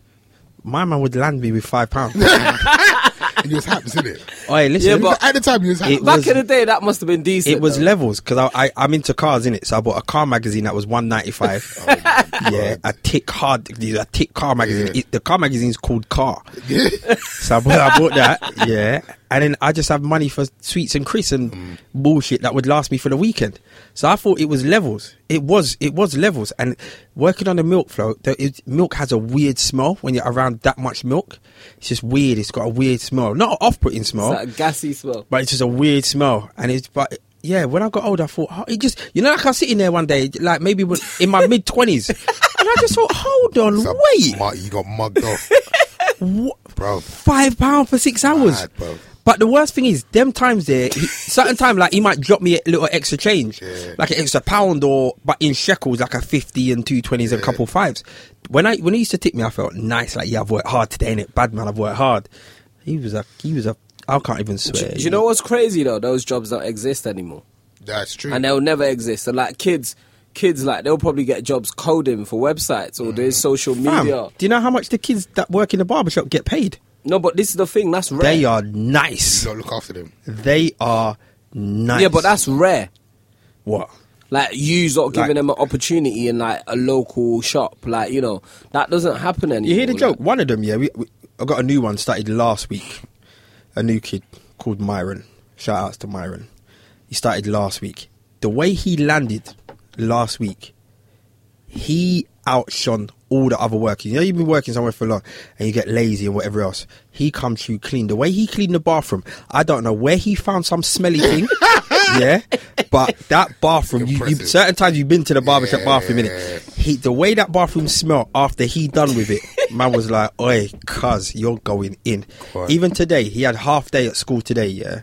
My man would land me with five pounds. [LAUGHS] And you was happy, isn't [LAUGHS] it? Oi, listen. Yeah, but- At the time, you was happy. It Back was- in the day, that must have been decent. It was though. levels because I, I I'm into cars in it, so I bought a car magazine that was one ninety five. [LAUGHS] yeah, a tick hard, a tick car magazine. Yeah. It, the car magazine's called [LAUGHS] Car, Yeah. so I bought, I bought that. Yeah, and then I just have money for sweets and crisps and bullshit that would last me for the weekend. So I thought it was levels. It was it was levels. And working on the milk flow, the, it, milk has a weird smell when you're around that much milk. It's just weird. It's got a weird smell, not an off-putting smell It's like a gassy smell. but it's just a weird smell. And it's but yeah, when I got older, I thought oh, it just you know like I was sitting there one day, like maybe when- in my mid twenties, [LAUGHS] and I just thought, hold on, So, wait, Mark, you got mugged [LAUGHS] off, what? bro. five pound for six hours. Mad, bro. but the worst thing is, them times there, he, certain time like he might drop me a little extra change, Yeah. like an extra pound or but in shekels, like a fifty and two twenties and a couple fives. When I when he used to tip me, I felt nice, like yeah, I've worked hard today, innit? Bad man, I've worked hard. He was a he was a I can't even swear. Do you know what's crazy though? Those jobs don't exist anymore, That's true. and they'll never exist. And like kids, kids like they'll probably get jobs coding for websites or doing social Mm. Fam, media. Do you know how much the kids that work in the barbershop get paid? No, but this is the thing. That's rare. They are nice. You don't look after them. They are nice. Yeah, but that's rare. what? Like you not giving Like- them an opportunity in like a local shop, like you know that doesn't happen anymore. You hear the like- joke? One of them, yeah. We, we, I got a new one started last week. A new kid called Myron. Shout outs to Myron. He started last week. The way he landed last week, He outshone all the other workers. You know, you've been working somewhere for long and you get lazy and whatever else. He comes through clean. The way he cleaned the bathroom, I don't know where he found some smelly thing. yeah, but that bathroom, you, you, Impressive. certain times you've been to the barbershop bathroom, innit? He, the way that bathroom smelled after he done with it, man was like, oi, cuz, you're going in. Quite. Even today, he had half day at school today, yeah.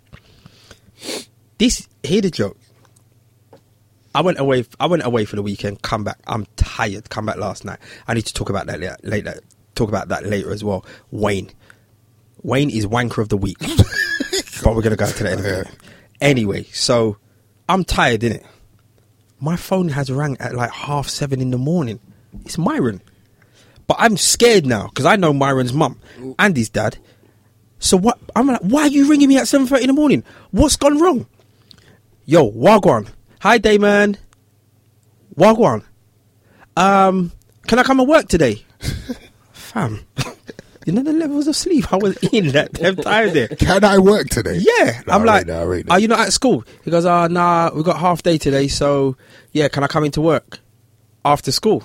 This, hear the joke. I went away. I went away for the weekend. Come back. I'm tired. Come back last night. I need to talk about that later. later talk about that later as well. Wayne. Wayne is wanker of the week. but we're gonna go to that anyway. Anyway, so I'm tired, innit? My phone has rang at like half seven in the morning. It's Myron, but I'm scared now because I know Myron's mum and his dad. So what? I'm like, why are you ringing me at seven thirty in the morning? What's gone wrong? Yo, Wagwan. Hi, Dayman. Wagwan. Um, can I come and work today? Fam. [LAUGHS] you know the levels of sleep I was in that damn time there. Can I work today? Yeah. Nah, I'm I like, rate that, I rate that. are you not at school? He goes, ah, nah, we got half day today, so yeah, can I come into work after school?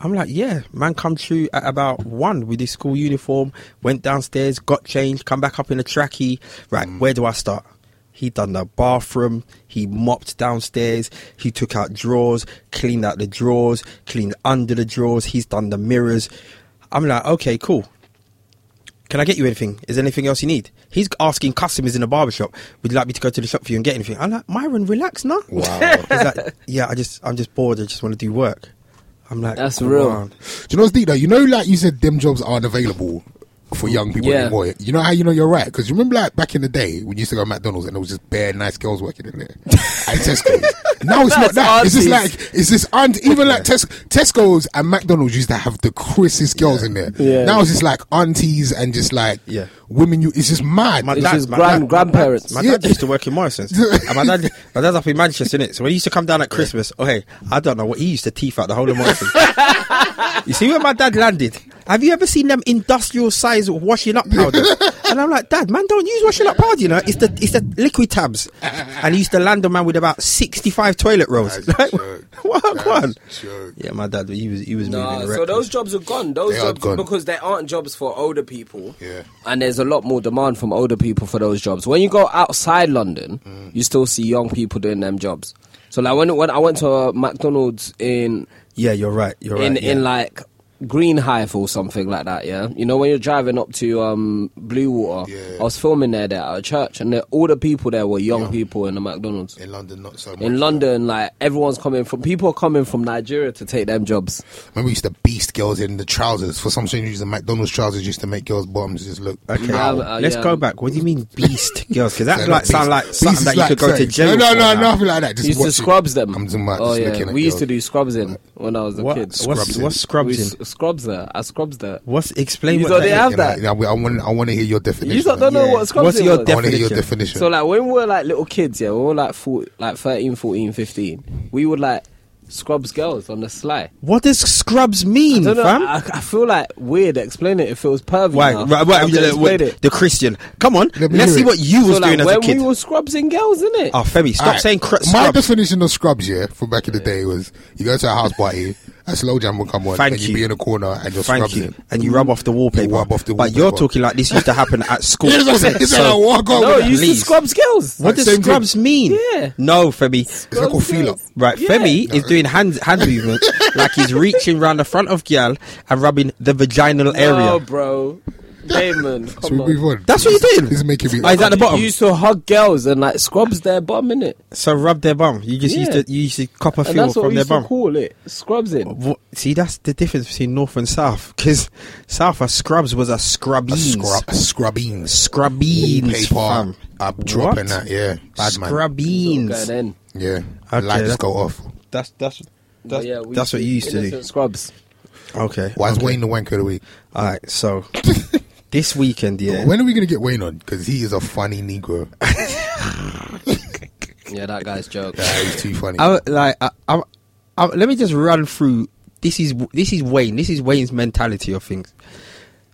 I'm like, yeah, man, come through at about one with his school uniform, went downstairs, got changed, come back up in a trackie. Right, where do I start? He done the bathroom, he mopped downstairs, he took out drawers, cleaned out the drawers, cleaned under the drawers, he's done the mirrors. I'm like, okay, cool. Can I get you anything? Is there anything else you need? He's asking customers in the barbershop, would you like me to go to the shop for you and get anything? I'm like, Myron, relax, nah. Wow. [LAUGHS] He's like, yeah, I just, I'm just bored. I just want to do work. I'm like, That's "Come real." on." Do you know what's deep though? You know, like you said, them jobs aren't available for young people Yeah. anymore. You know how you know you're right? Because you remember, like back in the day when you used to go to McDonald's and there was just bare nice girls working in there at [LAUGHS] Tesco's. Now it's not That's that. It's just aunties. like it's just aunt. Even like Tes- Tesco's and McDonald's used to have the crispest girls in there. Yeah. Now it's just like aunties and just like Yeah. women. You it's just mad. My It's dad- just my grand- dad- grandparents. My dad used to [LAUGHS] work in Morrison's. and my dad, my dad's up in Manchester, innit? So when he used to come down at Christmas, oh hey, I don't know what he used to teeth out the whole of Morrison. [LAUGHS] you see where my dad landed? Have you ever seen them industrial size washing up powder? and I'm like, Dad, man, don't use washing up powder. You know, it's the it's the liquid tabs. And he used to land a man with about 65 toilet rolls. That's [LAUGHS] Like, a joke. [LAUGHS] what? That's uh, Come on. a joke. Yeah, my dad, he was he was Nah, moving. so reckless. those jobs are gone. Those They are jobs gone. because there aren't jobs for older people. Yeah. And there's a lot more demand from older people for those jobs. When you go outside London, Mm. you still see young people doing them jobs. So like when when I went to a McDonald's in yeah, you're right. You're right. in yeah. in like Greenhithe or something like that, yeah. You know when you're driving up to um Blue Water, Yeah. I was filming there, there at a church, and the, all the people there were young people in the McDonald's. in London, not so much. In London, like everyone's coming from, people are coming from Nigeria to take them jobs. remember we used to beast girls in the trousers for some strange reason. McDonald's trousers used to make girls' bottoms just look. Okay, Yeah, uh, let's yeah. go back. What do you mean, beast girls? [LAUGHS] Because that They're like not sound beast. like Beast something is that you like could go to saying- jail. No, no, for no, now. nothing like that. Just used to watch it. scrubs them. I'm talking about oh just yeah, looking at we used to girls. do scrubs in when I was a What, kid. what's, in. what's we scrubs s- in? scrubs there. I scrubs there. What's explain You what don't that they is. have- Yeah, that. yeah, I want, I want to hear your definition. You don't know Yeah. what scrubs What's in your was? I want to hear your Definition. definition. So like when we were like little kids, yeah, we were like four, like 13, 14, 15, We would like scrubs girls on the sly. What does scrubs mean, No, no, Mm, fam? I, I feel like weird explaining it if it was pervy. Why? now. Right, right, I've just the, explained the Christian. Come on, Let me let's hear see it. what you was so like doing as when a kid. we were scrubs and girls, innit? oh, Femi, stop Alright, saying cr- My scrubs. definition of scrubs, yeah, from back in the day was you go to a house party, a slow jam will come on, Thank and you. you be in a corner and your Thank scrubs you. in. And you rub off the wallpaper. rub off the But you're wallpaper. talking like this used to happen [LAUGHS] at school. Yes, I said, [LAUGHS] it's So- like a walk on no, with you that. used to please. scrubs girls. what does Same thing. scrubs mean? Yeah. No, Femi. It's like a feel up. Right, Yeah. Femi is doing hand hand [LAUGHS] movements like he's reaching round the front of Gyal and rubbing the vaginal No, area. bro. [LAUGHS] Damon, come So we on. move on. That's what you're doing. This is making me. Oh, is that the bottom? You used to hug girls and like scrubs their bum, innit? so rub their bum. You just used Yeah. to you used to cop a And feel that's what from we their used bum. Oh, to call it. Scrubs in. What- see, that's the difference between North and South. Because South are scrubs was a A scrubbies. scrub, a scrubbeens. Scrubbeens, Paper. fam. I'm dropping What? that, yeah. Bad man. Scrubbeens. Going in. Yeah. Okay, Light that- just go off. That's that's But that's, yeah, we that's what you used to do. innocent Scrubs. Okay. Why is Wayne the wanker of the week? All right. [LAUGHS] So this weekend, yeah. When are we going to get Wayne on? Because he is a funny Negro. Yeah, that guy's joke. That is too [LAUGHS] funny. I like I, I, I, let me just run through this is this is Wayne this is Wayne's mentality of things.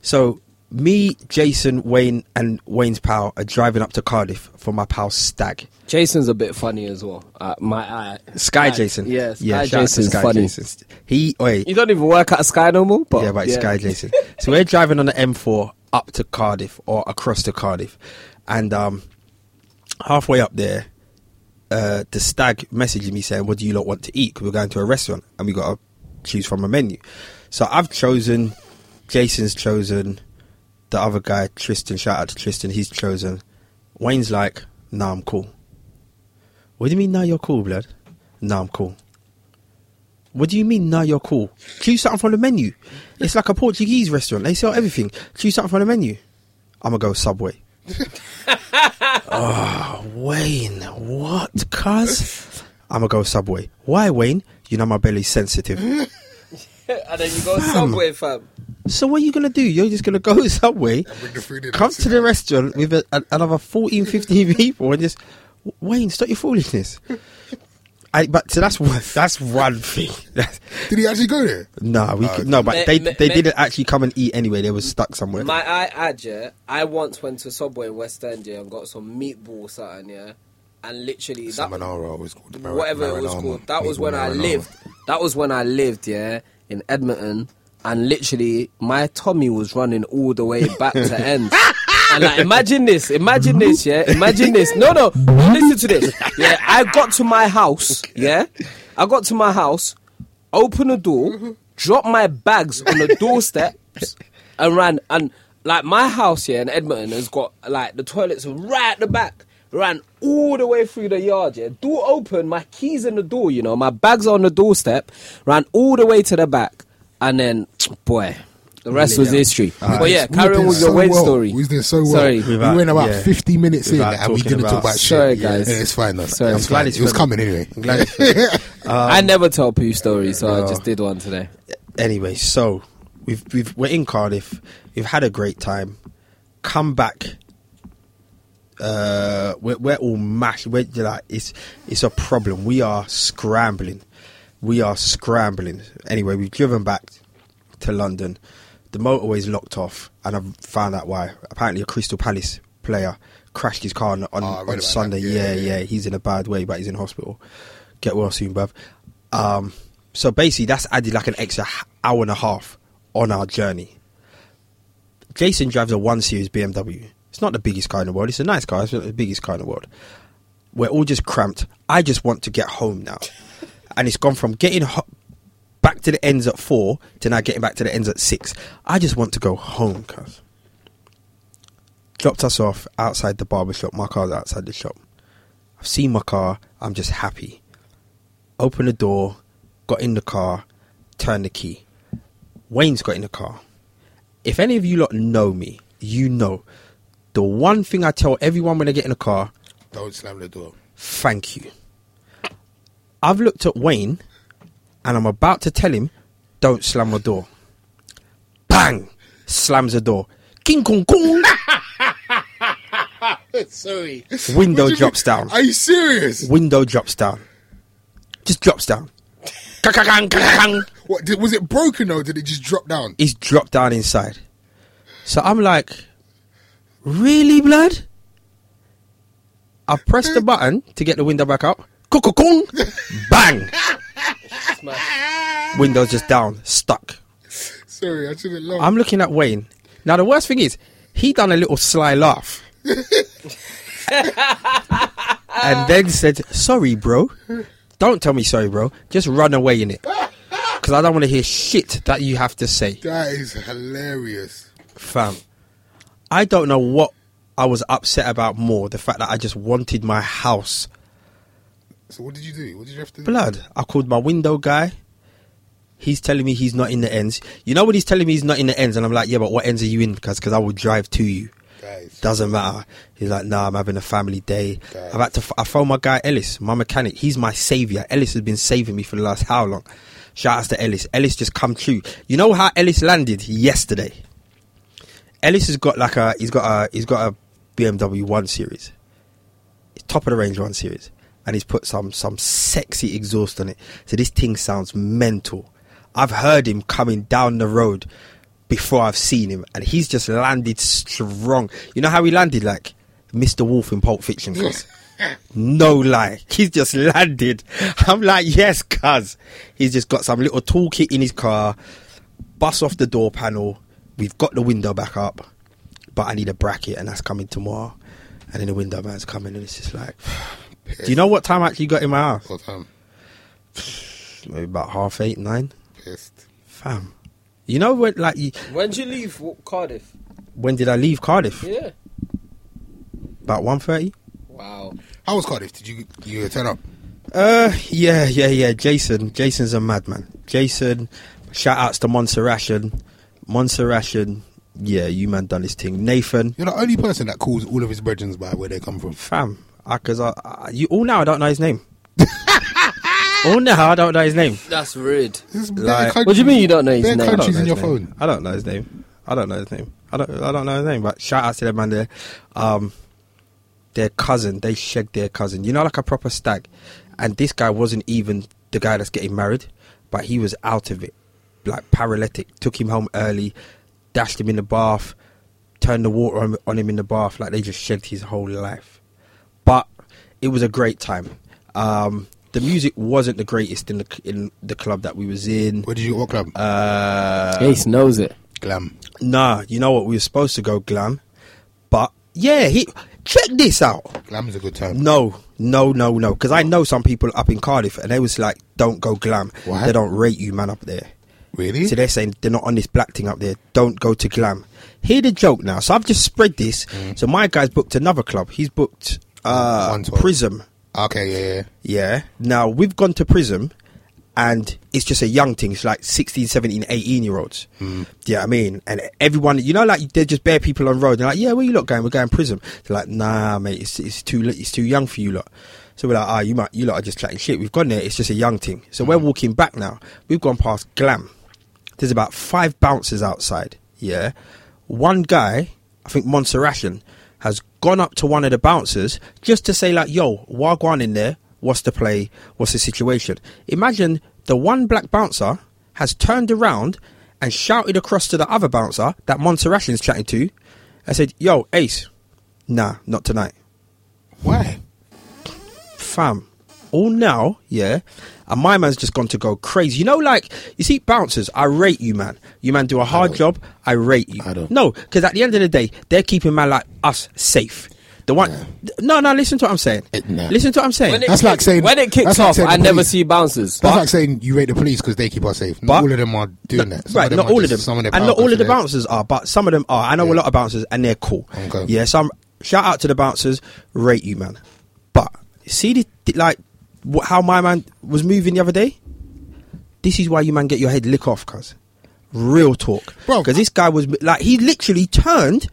So me, Jason, Wayne, and Wayne's pal are driving up to Cardiff for my pal's stag. [LAUGHS] Jason's a bit funny as well. Uh, my eye. Sky Jason. Yeah, Sky yeah, shout out to Jason's funny. Jason. He, wait, You don't even work at Sky no more, but yeah, but it's [LAUGHS] Sky Jason. so we're driving on the M4 up to Cardiff or across to Cardiff, and um, halfway up there, uh, the stag messaged me saying, "What do you lot want to eat?" 'Cause we're going to a restaurant and we got to choose from a menu. So I've chosen. Jason's chosen. The other guy, Tristan. Shout out to Tristan. He's chosen. Wayne's like, "Nah, I'm cool." What do you mean, "Nah, you're cool, blood"? Nah, I'm cool. What do you mean, now you're cool? Choose something from the menu. It's like a Portuguese restaurant. They sell everything. Choose something from the menu. I'm going to go Subway. oh, Wayne. What, cuz? I'm going to go Subway. Why, Wayne? You know my belly's sensitive. and then you go Subway, fam. So what are you going to do? You're just going to go [LAUGHS] Subway, bring the food in come and to sit the down. restaurant with a, a, another 14, 15 [LAUGHS] people and just, Wayne, stop your foolishness. I, but so that's one, that's one thing. [LAUGHS] That's, Did he actually go there? No, we could, no, but Me- they me- they me- didn't actually come and eat anyway. They were stuck somewhere. My eye ad, yeah. I once went to Subway in West End, yeah, and got some meatball something, yeah. And literally, that, Salmonella was called. Mar- whatever it was marinara, called. That was meatball when I marinara. lived. That was when I lived, yeah, in Edmonton. And literally, my tummy was running all the way back to end. And like, imagine this, imagine this, yeah, imagine this. No, no, listen to this. Yeah, I got to my house, yeah, I got to my house, opened the door, dropped my bags on the doorsteps, and ran. And like my house here in Edmonton has got like the toilets are right at the back. Ran all the way through the yard, yeah. Door open, my keys in the door, you know, my bags are on the doorstep. Ran all the way to the back, and then, boy, the rest was history. But yeah, We were carry on doing with your Ah, so Wayne well. story. We was doing so well. Um, Sorry. we Without- went about yeah. 50 minutes Without in and we talking didn't talk about- about shit. Sorry, guys. Yeah, it's fine. though. Sorry. It's I'm glad fine. it's It was funny. coming [LAUGHS] anyway. I'm glad it's- I never tell poo stories, so I just did one today. anyway, so we've we've we're in Cardiff. We've had a great time. Come back. Uh, we're we're all mashed. We're you're like it's it's a problem. We are scrambling. We are scrambling. Anyway, we've driven back to London. The motorway's locked off, and I've found out why. Apparently, a Crystal Palace player crashed his car on on, Oh, I read on about Sunday. that. Yeah, yeah, yeah, yeah, yeah. he's in a bad way, but he's in hospital. Get well soon, bruv. Um, so basically, that's added like an extra h- hour and a half on our journey. Jason drives a one series BMW. It's not the biggest car in the world. It's a nice car. It's not the biggest car in the world. We're all just cramped. I just want to get home now, and it's gone from getting ho- back to the ends at four to now getting back to the ends at six. I just want to go home, cuz dropped us off outside the barber shop. My car's outside the shop. I've seen my car. I'm just happy. Opened the door, got in the car, turned the key. Wayne's got in the car. If any of you lot know me, you know the one thing I tell everyone when they get in a car Don't slam the door. thank you. I've looked at Wayne and I'm about to tell him, don't slam my door. Bang! Slams the door. King Kong Kong! [LAUGHS] Sorry. Window drops down. Are you serious? Window drops down. Just drops down. Kakakang, kakakang. What did, was it broken or did it just drop down? It's dropped down inside. So I'm like, really, blood? I pressed the button to get the window back up. Kong! Bang! Window's just down, stuck. Sorry, I shouldn't laugh. I'm looking at Wayne. Now the worst thing is, he done a little sly laugh. and then said, Sorry, bro. Don't tell me sorry, bro. Just run away in it. Because I don't want to hear shit that you have to say, that is hilarious. fam. I don't know what I was upset about more. The fact that I just wanted my house. So what did you do? What did you have to do? Blood. I called my window guy. He's telling me he's not in the ends. You know what he's telling me he's not in the ends? And I'm like, yeah, but what ends are you in? Because I will drive to you. Guys. Doesn't matter. He's like, nah, I'm having a family day. Guys. I've had to. F- I phoned my guy Ellis, my mechanic. He's my savior. Ellis has been saving me for the last how long? Shout outs to Ellis. Ellis just come true. You know how Ellis landed yesterday. Ellis has got like a. He's got a. He's got a BMW One Series. It's top of the range One Series, and he's put some some sexy exhaust on it. So this thing sounds mental. I've heard him coming down the road before I've seen him, and he's just landed strong. You know how he landed like Mr. Wolf in Pulp Fiction, cuz. No lie, [LAUGHS] he's just landed. I'm like, yes, cuz. He's just got some little toolkit in his car, bust off the door panel. We've got the window back up, but I need a bracket, and that's coming tomorrow. And then the window man's coming, and it's just like, do you know what time I actually got in my house? What time? Maybe about half eight, nine. Pissed. Fam, you know when like you, When did you leave w- Cardiff? when did I leave Cardiff? Yeah. About one thirty. Wow. How was Cardiff? Did you you turn up? Uh, yeah, yeah, yeah. Jason, Jason's a madman. Jason, shout outs to Monserration. Monserration, yeah, you man done his thing. Nathan, You're the only person that calls all of his brethren by where they come from. fam, because I, I, you all now I don't know his name. [LAUGHS] all now I don't know his name. That's rude. This- their Like- country- What do you mean you don't know his their name? I don't country's know in your his name. phone. I don't know his name. I don't know his name. I don't. I don't know his name. But shout out to that man there. Um, their cousin. They shagged their cousin. You know, like a proper stag. And this guy wasn't even the guy that's getting married, but he was out of it, like paralytic. Took him home early, dashed him in the bath, turned the water on, on him in the bath. Like they just shagged his whole life. But it was a great time. Um, the music wasn't the greatest in the in the club that we was in. Where did you what club? Um, Uh, Ace knows it. Glam. Nah, you know what? We were supposed to go glam, but yeah, he check this out. Glam's a good time. No, no, no, no, because I know some people up in Cardiff, and they was like, "Don't go glam. Why? They don't rate you, man, up there." Really? So they're saying they're not on this black thing up there. Don't go to glam. Hear the joke now. So I've just spread this. So my guy's booked another club. He's booked uh, 112. Prism. Okay, yeah, yeah. Yeah. Now we've gone to Prism and it's just a young thing. It's like 16, 17, 18 year olds. Mm. Yeah, I mean, and everyone, you know, like they're just bare people on road. They're like, yeah, where you lot going? We're going Prism. They're like, nah, mate, it's, it's too li- it's too young for you lot. So we're like, ah, you might, you lot are just chatting shit. We've gone there. It's just a young thing. So we're walking back now. We've gone past Glam. There's about five bouncers outside. Yeah. One guy, I think Monserration, has gone up to one of the bouncers just to say, like, yo, Wagwan in there. What's the play? What's the situation? Imagine the one black bouncer has turned around and shouted across to the other bouncer that Monserration's chatting to and said, yo, Ace, nah, not tonight Why? fam, all now, yeah. And my man's just gone to go crazy. You know, like you see, bouncers, I rate you, man. You man do a hard job, I rate you. I don't. No, because at the end of the day, they're keeping man like us safe. The one, th- no, no. Listen to what I'm saying. It- nah. Listen to what I'm saying. That's like saying- when it that's kicks like off, saying I the never police. see bouncers. That's like saying you rate the police because they keep us safe. Not But- all of them are doing No, that. Some right, of them not are all of just- them. Some of them and not are all of the just there. bouncers are, but some of them are. I know a lot of bouncers and they're cool. Okay. Yeah, some shout out to the bouncers, rate you, man. But see, the, the- like wh- how my man was moving the other day. This is why you man get your head lick off, cuz. Real talk, Bro. Because this guy was like he literally turned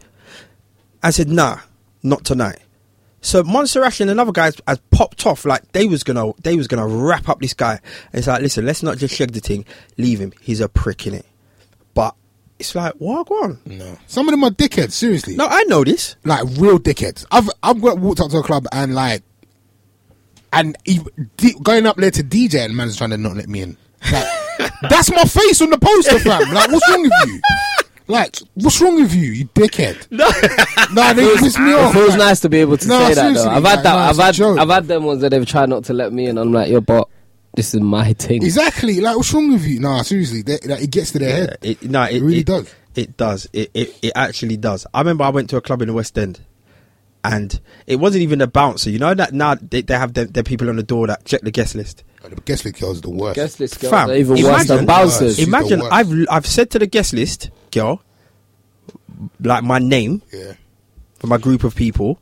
and said, "Nah, not tonight." So Monserrat and another guy has popped off like they was gonna they was gonna wrap up this guy. And it's like, listen, let's not just shag the thing, leave him. He's a prick in it. But it's like, what go on? No. Some of them are dickheads, seriously. No, I know this. Like real dickheads. I've I've got walked up to a club and like and even, d- going up there to DJ and man's trying to not let me in. Like, that's my face on the poster, fam. Like, what's wrong with you? Like, what's wrong with you, you dickhead? No, nah, they piss me It off. feels like- nice to be able to No, say that though. seriously, I've like, had that. no, I've it's a had. joke. I've had them ones that they've tried not to let me in. I'm like, yo, but this is my thing. Exactly. Like, what's wrong with you? Nah, seriously, they, like, it gets to their head. It, no, it, It really does. It does. It, it it actually does. I remember I went to a club in the West End, and it wasn't even a bouncer. You know that now they, they have their, their people on the door that check the guest list. The guest list girls are the worst. Guest list girls Fam, are even worse imagine- than bouncers. She's Im- Imagine the worst. I've I've said to the guest list girl, like my name Yeah. for my group of people.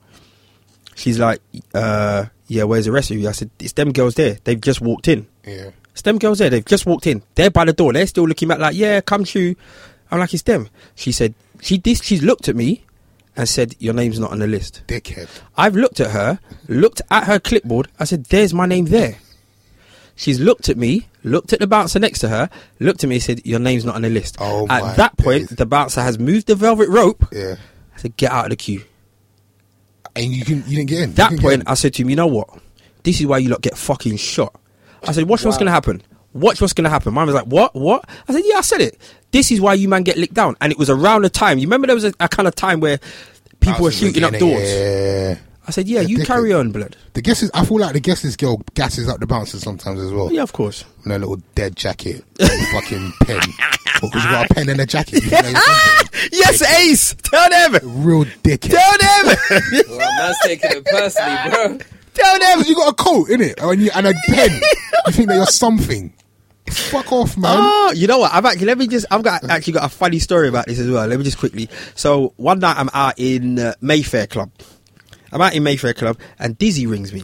She's like, uh, yeah, where's the rest of you? I said, it's them girls there. They've just walked in. Yeah. It's them girls there. They've just walked in. They're by the door. They're still looking back like, yeah, come through. I'm like, it's them. She said, she this. She's looked at me and said, your name's not on the list. Dickhead. I've looked at her, looked at her clipboard. I said, there's my name there. She's looked at me, looked at the bouncer next to her, looked at me, said, your name's not on the list. Oh my at that point, days. the bouncer has moved the velvet rope. Yeah. I said, get out of the queue. And you can you didn't get in. You that couldn't get point, in. I said to him, you know what? This is why you lot get fucking shot. I said, watch what's Wow. going to happen. Watch what's going to happen. Mum was like, what? What? I said, yeah, I said it. This is why you man get licked down. And it was around the time. You remember there was a, a kind of time where people were Houses shooting up getting doors. it, Yeah. I said, yeah, They're you dickheads. carry on, blood. The guesses, I feel like the guesses girl gasses up the bouncers sometimes as well. Yeah, of course. In a little dead jacket, and a fucking pen. Because you got a pen and a jacket. you know, [LAUGHS] something. [LAUGHS] Yes, Ace. Tell them. Real dickhead. Tell them. Well, man's taking it personally, [LAUGHS] bro. Tell them. Because you got a coat in it and, you, and a pen. You think that you're something. Fuck off, man. Oh, you know what? I've actually let me just. I've got actually got a funny story about this as well. Let me just quickly. So one night I'm out in uh, Mayfair Club. I'm out in Mayfair Club, and Dizzy rings me,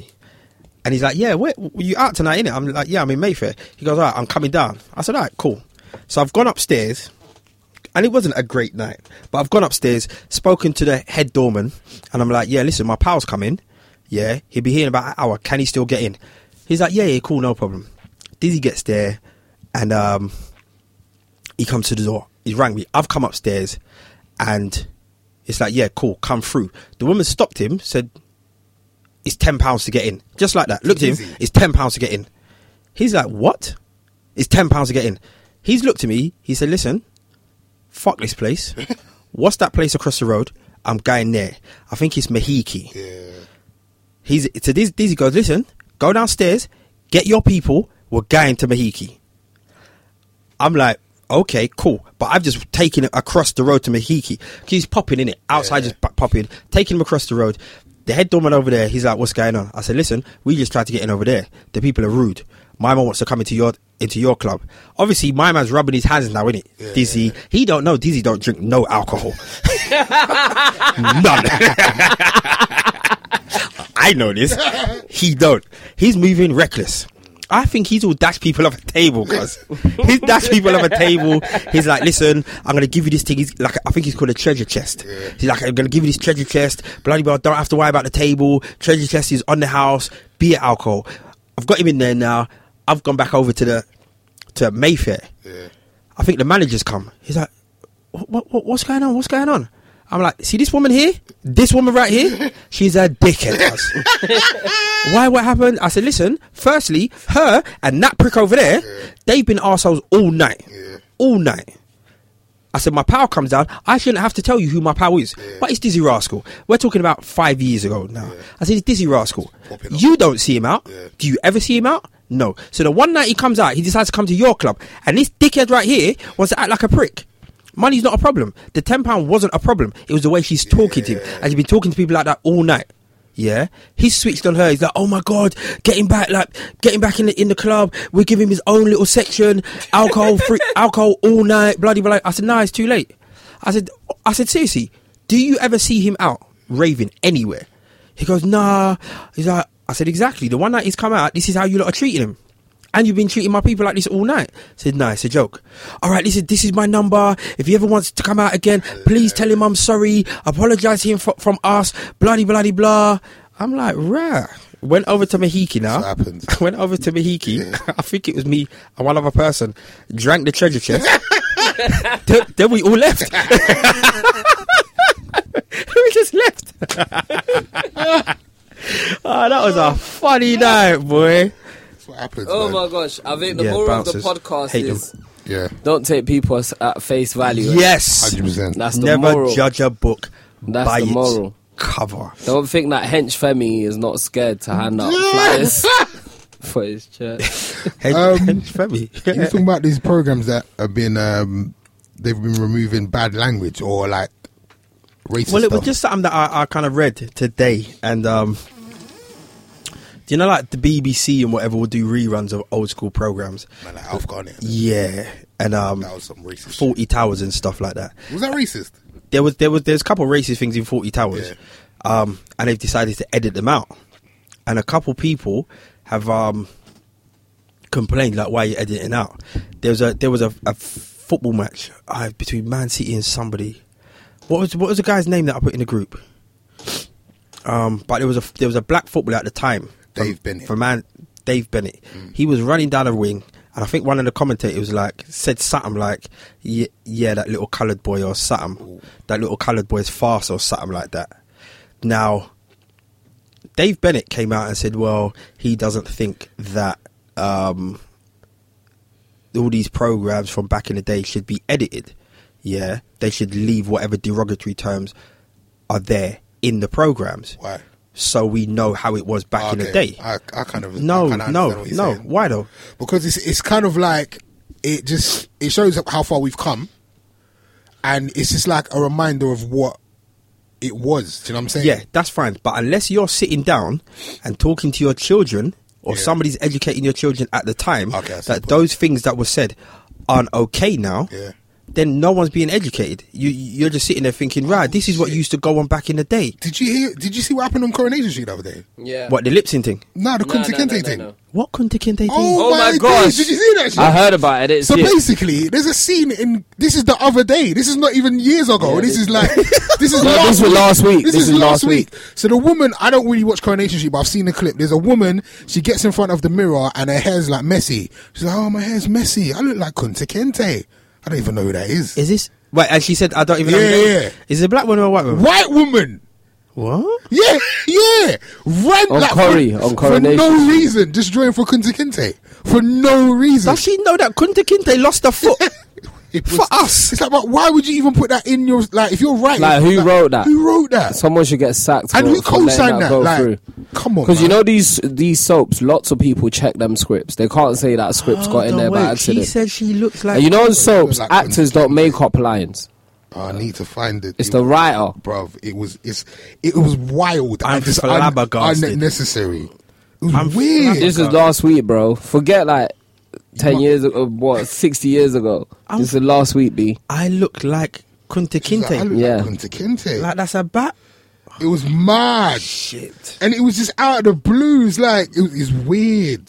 and he's like, "Yeah, where were you out tonight? Innit?" I'm like, "Yeah, I'm in Mayfair." He goes, "All right, I'm coming down." I said, "All right, cool." So I've gone upstairs, and it wasn't a great night, but I've gone upstairs, spoken to the head doorman, and I'm like, "Yeah, listen, my pal's coming. Yeah, he'll be here in about an hour. Can he still get in?" He's like, "Yeah, yeah, cool, no problem." Dizzy gets there, and um, he comes to the door. He's rang me. I've come upstairs, and it's like, yeah, cool, come through. The woman stopped him, said, it's ten pounds to get in, just like that. Looked at him, it's ten pounds to get in. He's like, what? It's ten pounds to get in. He's looked at me. He said, listen, fuck this place. What's that place across the road? I'm going there. I think it's Mahiki. He's to this. Dizzy goes, listen, go downstairs, get your people. We're going to Mahiki. I'm like, okay, cool. But I've just taken it across the road to Mahiki. 'Cause He's popping in it outside, just p- popping, taking him across the road. The head doorman over there, he's like, "What's going on?" I said, "Listen, we just tried to get in over there. The people are rude. My man wants to come into your into your club. Obviously, my man's rubbing his hands now, innit? Dizzy, he don't know. Dizzy don't drink no alcohol. [LAUGHS] None. I know this. He don't. He's moving reckless. I think he's all dash people off a table, cuz. He's dash people off a table. He's like, listen, I'm gonna give you this thing. He's like, I think he's called a treasure chest. He's like, I'm gonna give you this treasure chest. Bloody well, don't have to worry about the table. Treasure chest is on the house. Beer alcohol. I've got him in there now. I've gone back over to the to Mayfair. I think the manager's come. He's like, what, what, what's going on? What's going on? I'm like, see this woman here? This woman right here? She's a dickhead. cuz." Why? What happened? I said, listen, firstly, her and that prick over there, they've been arseholes all night. All night. I said, my pal comes down. I shouldn't have to tell you who my pal is. But it's Dizzy Rascal. We're talking about five years ago now. I said, it's Dizzy Rascal. Popping up. You don't see him out. Do you ever see him out? No. So the one night he comes out, he decides to come to your club. And this dickhead right here wants to act like a prick. Money's not a problem. The £10 wasn't a problem. It was the way she's talking to him. And she's been talking to people like that all night. Yeah, he switched on her. He's like, "Oh my god, get him back! Like, get him back in the in the club. We give him his own little section, alcohol free, alcohol all night, bloody bloody." I said, "Nah, it's too late." I said, "I said seriously, do you ever see him out raving anywhere?" He goes, "Nah." He's like, "I said exactly. The one night he's come out, this is how you lot are treating him." And you've been treating my people like this all night. I said, no, it's a joke. All right, listen, this is my number. If he ever wants to come out again, please tell him I'm sorry. Apologise to him fro- from us. Bloody, bloody, blah. I'm like, rah. Went over to Mahiki now. That's what happens. [LAUGHS] Went over to Mahiki. [LAUGHS] I think it was me and one other person. Drank the treasure chest. [LAUGHS] then, then we all left. [LAUGHS] we just left. oh, that was a funny night, boy. That's what happens. Oh man. my gosh! I think the Yeah, moral bouncers. of the podcast Hate them. is Yeah. don't take people as- at face value. Yes. 100%. that's the Never moral. judge a book That's by the moral. its [LAUGHS] cover. Don't think that hench Femi is not scared to hand out [LAUGHS] flyers for [LAUGHS] his church. Hey, Um, Femi. you were talking about these programs that have been um, they've been removing bad language or like racist. [LAUGHS] well, it was stuff. just something that I, I kind of read today, and um, do you know, like the BBC and whatever will do reruns of old school programs. man, like Alf got on it. Yeah, and um, That was some racist. Forty Towers and stuff like that. shit. Was that racist? There was there was there's a couple of racist things in Forty Towers, Yeah. um, and they've decided to edit them out, and a couple people have um, complained like why are you editing out there was a there was a, a football match uh, between man city and somebody what was what was the guy's name that i put in the group um but there was a there was a black footballer at the time Dave Bennett. Mm. for man dave bennett he was running down a wing and i think one of the commentators was like said something like yeah, yeah that little colored boy or something that little colored boy is fast or something like that now Dave Bennett came out and said, "Well, he doesn't think that um, all these programs from back in the day should be edited. Yeah, they should leave whatever derogatory terms are there in the programs, Why? so we know how it was back in the Okay. day. I, I kind of no, I kinda no, understand what you're no. saying. Why though? because it's it's kind of like it just it shows up how far we've come, and it's just like a reminder of what it was. Do you know what I'm saying? Yeah, that's fine. But unless you're sitting down and talking to your children or Yeah. somebody's educating your children at the time Okay, I see your that point. those things that were said aren't okay now, Yeah. then no one's being educated. You you're just sitting there thinking, right, this Oh, is what used to go on back in the day. Did you hear? Did you see what happened on Coronation Street the other day? Yeah. What the lip sync thing? No, the No, Kunta no, Kinte no, no, thing. no. What couldn't they think? Oh, Oh my days, gosh. Did you see that? Shit? I heard about it. It's So basically, there's a scene in this is the other day. This is not even years ago. Yeah, this this- is [LAUGHS] like this is No, last this was week. last week. This, is, last week. So the woman, I don't really watch Coronation Street, but I've seen the clip. There's a woman. She gets in front of the mirror and her hair's like messy. She's like, "Oh, my hair's messy. I look like Kunta Kinte. I don't even know who that is. Is this wait? And she said, I don't even. know Yeah, who that yeah. was. Is it a black woman or a white woman? White woman. What? Yeah, yeah. Ran On like, Corrie, for, on for no Coronation. reason. Just drawing for Kunta Kinte for no reason. Does she know that Kunta Kinte lost [LAUGHS] a foot? It For us. It's like, but why would you even put that in your like? If you're right, Like, who wrote that? Who wrote that? Someone should get and sacked. for- who for letting co-signed that? Go Like, through. come on, Because you man. know these these soaps, lots of people check them scripts. They can't say that script's got in Hold there on, by wait, She accident. said she looks like. and you know in soaps, Like- actors don't make up lines. Oh, I need to find it. It's It the was- writer. bruv. It was it's it was wild. I'm and just un- flabbergasted. unnecessary. It was I'm weird. This is God. last week, bro. Forget like ten years ago, what sixty years ago. I'm- this is last week, b. I look like Kunta She's like, I Kinte. look like Yeah. Kunta Kinte. Like that's a bat. it was mad, Shit. and it was just out of the blues. Like it was it's weird.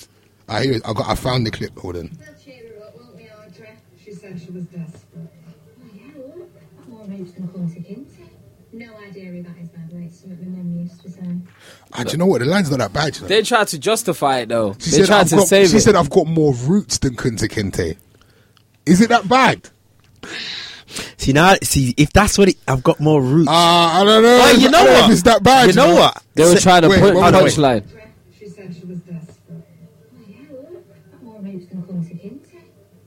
I hear it. I got. I found the clip. Hold on. That cheater, what won't we, Audrey? She said she was desperate. Oh, yeah, what? More rapes than Quincy Kinte. No idea who that is, by the way. It's something my mum used to say. Ah, do you know what? The line's not that bad. You know? They tried to justify it though. She they said, tried I've to got, save she it. said, I've got more roots than Kunta Kinte. Is it that bad? See now, see if that's what it, I've got more roots. Uh, I don't know. Well, if- you I know don't If what? it's that bad. You know what? they were Say- trying to wait, put wait, wait. punchline. Audrey, She said she was desperate. Oh, yeah, what? More rapes than Quincy Kinte.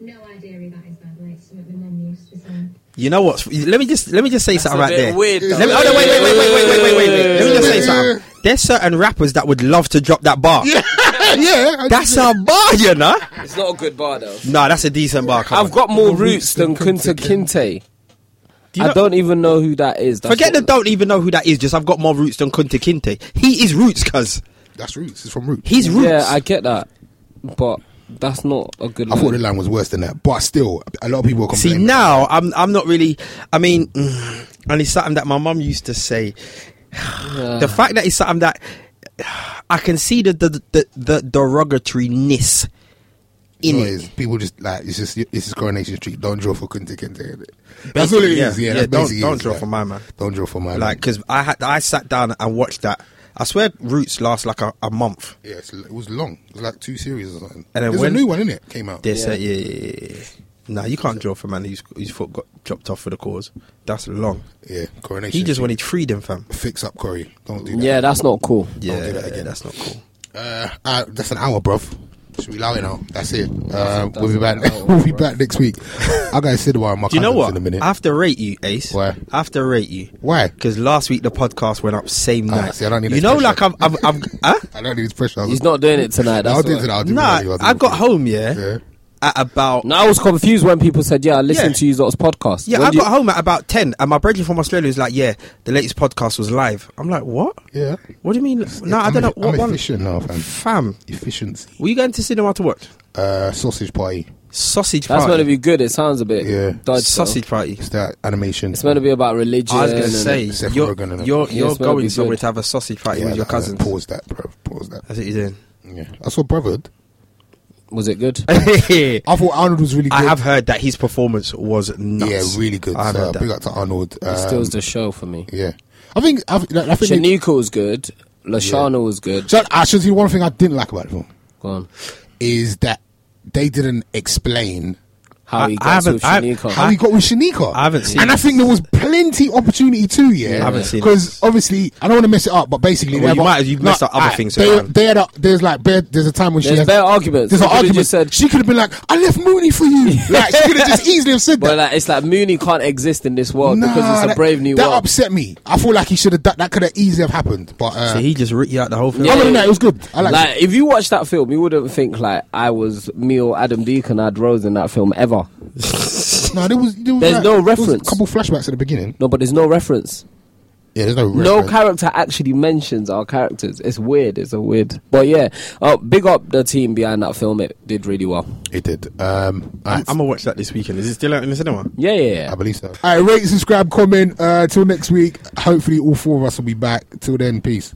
No idea who that is, by the way. It's something my mum used to say. You know what? Let me just let me just say something right there. weird. Let me, oh, no, wait, wait, wait, wait, wait, wait, wait, wait, wait. Let me just say something. There's certain rappers that would love to drop that bar. yeah. I- That's a bar, you know. It's not a good bar though. No, that's a decent bar. Come on. I've got more roots than Kunta Kinte. you I know- don't even know who that is. That's Forget that. what- Don't even know who that is. Just I've got more roots than Kunta Kinte. He is roots, cuz That's roots. It's from roots. he's roots. Yeah, I get that, but that's not a good. I thought line. the line was worse than that, but still, a lot of people are complaining. See now, I'm I'm not really. I mean, mm, and it's something that my mum used to say. the fact that it's something that I can see the the the, the derogatoryness in No, it. it's- people just like it's just this is Coronation Street. Don't draw for Kunta Kinte. That's all it is. Yeah, that's don't basically it don't is, draw yeah. for my man. Don't draw for my Like, because I had I sat down and watched that. I swear, Roots last like a, a month. yeah, it's, it was long. It was like two series or something. And then There's when- a new one in it came out. They said, yeah, yeah, yeah, yeah. Nah, you can't draw for a man whose, whose foot got dropped off for the cause. That's long. Yeah, Coronation. He just Street. wanted freedom, fam. fix up, Corey. Don't do that. Yeah, that's not cool. Yeah, do that again. that's not cool. Uh, uh, that's an hour, bruv. Should we allow it now? That's it. Uh, That's- we'll be back. that's an [LAUGHS] hour, we'll be bruv. back next week. I got to sit while my Do you know cousins what? in a minute. I have to rate you, Ace. Why? I have to rate you. Why? Because last week the podcast went up same Ah, night. see, I don't need you this know, pressure. like I've, I've, [LAUGHS] I've huh? I don't need this pressure. I was- He's not doing it tonight. That's I'll do why. it. I'll do it. nah, I'll do it. I got home yeah, Yeah. at about Now I was confused when people said, "Yeah, I listened Yeah. to you lot's podcast." yeah, When I do got you- home at about ten, and my brother from Australia was like, "Yeah, the latest podcast was live." I'm like, "What? Yeah. What do you mean? no, I I'm don't know eff- what I'm one." efficient now, fam. Fam, Efficiency. were you going to cinema to watch Uh, sausage party. sausage That's party? meant to be good. It sounds a bit Yeah. dodgy. sausage party. It's that animation. It's meant to be about religion. I was gonna and- say Seth you're Rogen and- you're, you're Yeah, it's meant to going be somewhere good. to have a sausage party Yeah, with your that- that- cousins. Pause that, bro. Pause that. That's what you're [LAUGHS] doing. Yeah. I saw Brotherhood. was it good? I thought Arnold was really good. I have heard that his performance was nuts. Yeah, really good. I've So, heard big that. up to Arnold. It Um, steals the show for me. yeah. I think. I, think- I think. they- Shanika was good. Lashana was good. So, I should see one thing I didn't like about the film. Go on. is that they didn't explain How he gets I- I haven't- with I- Shanika. How he got with Shanika. I haven't seen And I it. think there was plenty opportunity too, yeah. I haven't seen Because it. obviously, I don't want to mess it up, but basically, Well, they you have a- might- you've messed up other alright, things, They, man. they had a, there's like bare, there's a time when she There's has, bare arguments. There's She an could've argument. just said- she could have been like, "I left Mooney for [LAUGHS] you." Like she could have just easily have said that. But like, it's like Mooney can't exist in this world because Nah, it's a that- brave new That world. upset me. I feel like he should have. That, that could have easily have happened. But uh, So he just ripped you out the whole thing. Yeah. other than that, it was good. I like, liked it. if you watch that film, you wouldn't think like I was me or Adam Deacon had roles in that film ever. No, there was. There was There's like- no there was reference. a couple flashbacks at the beginning. No, but there's no reference. Yeah, there's no. No reference. character actually mentions our characters. It's weird. It's a weird. But yeah, oh, big up the team behind that film. It did really well. It did. Um, I'm, alright. gonna watch that this weekend. Is it still out in the cinema? Yeah, yeah, yeah. I believe so. All right, rate, subscribe, comment. Uh, till next week. Hopefully, all four of us will be back. Till then, peace.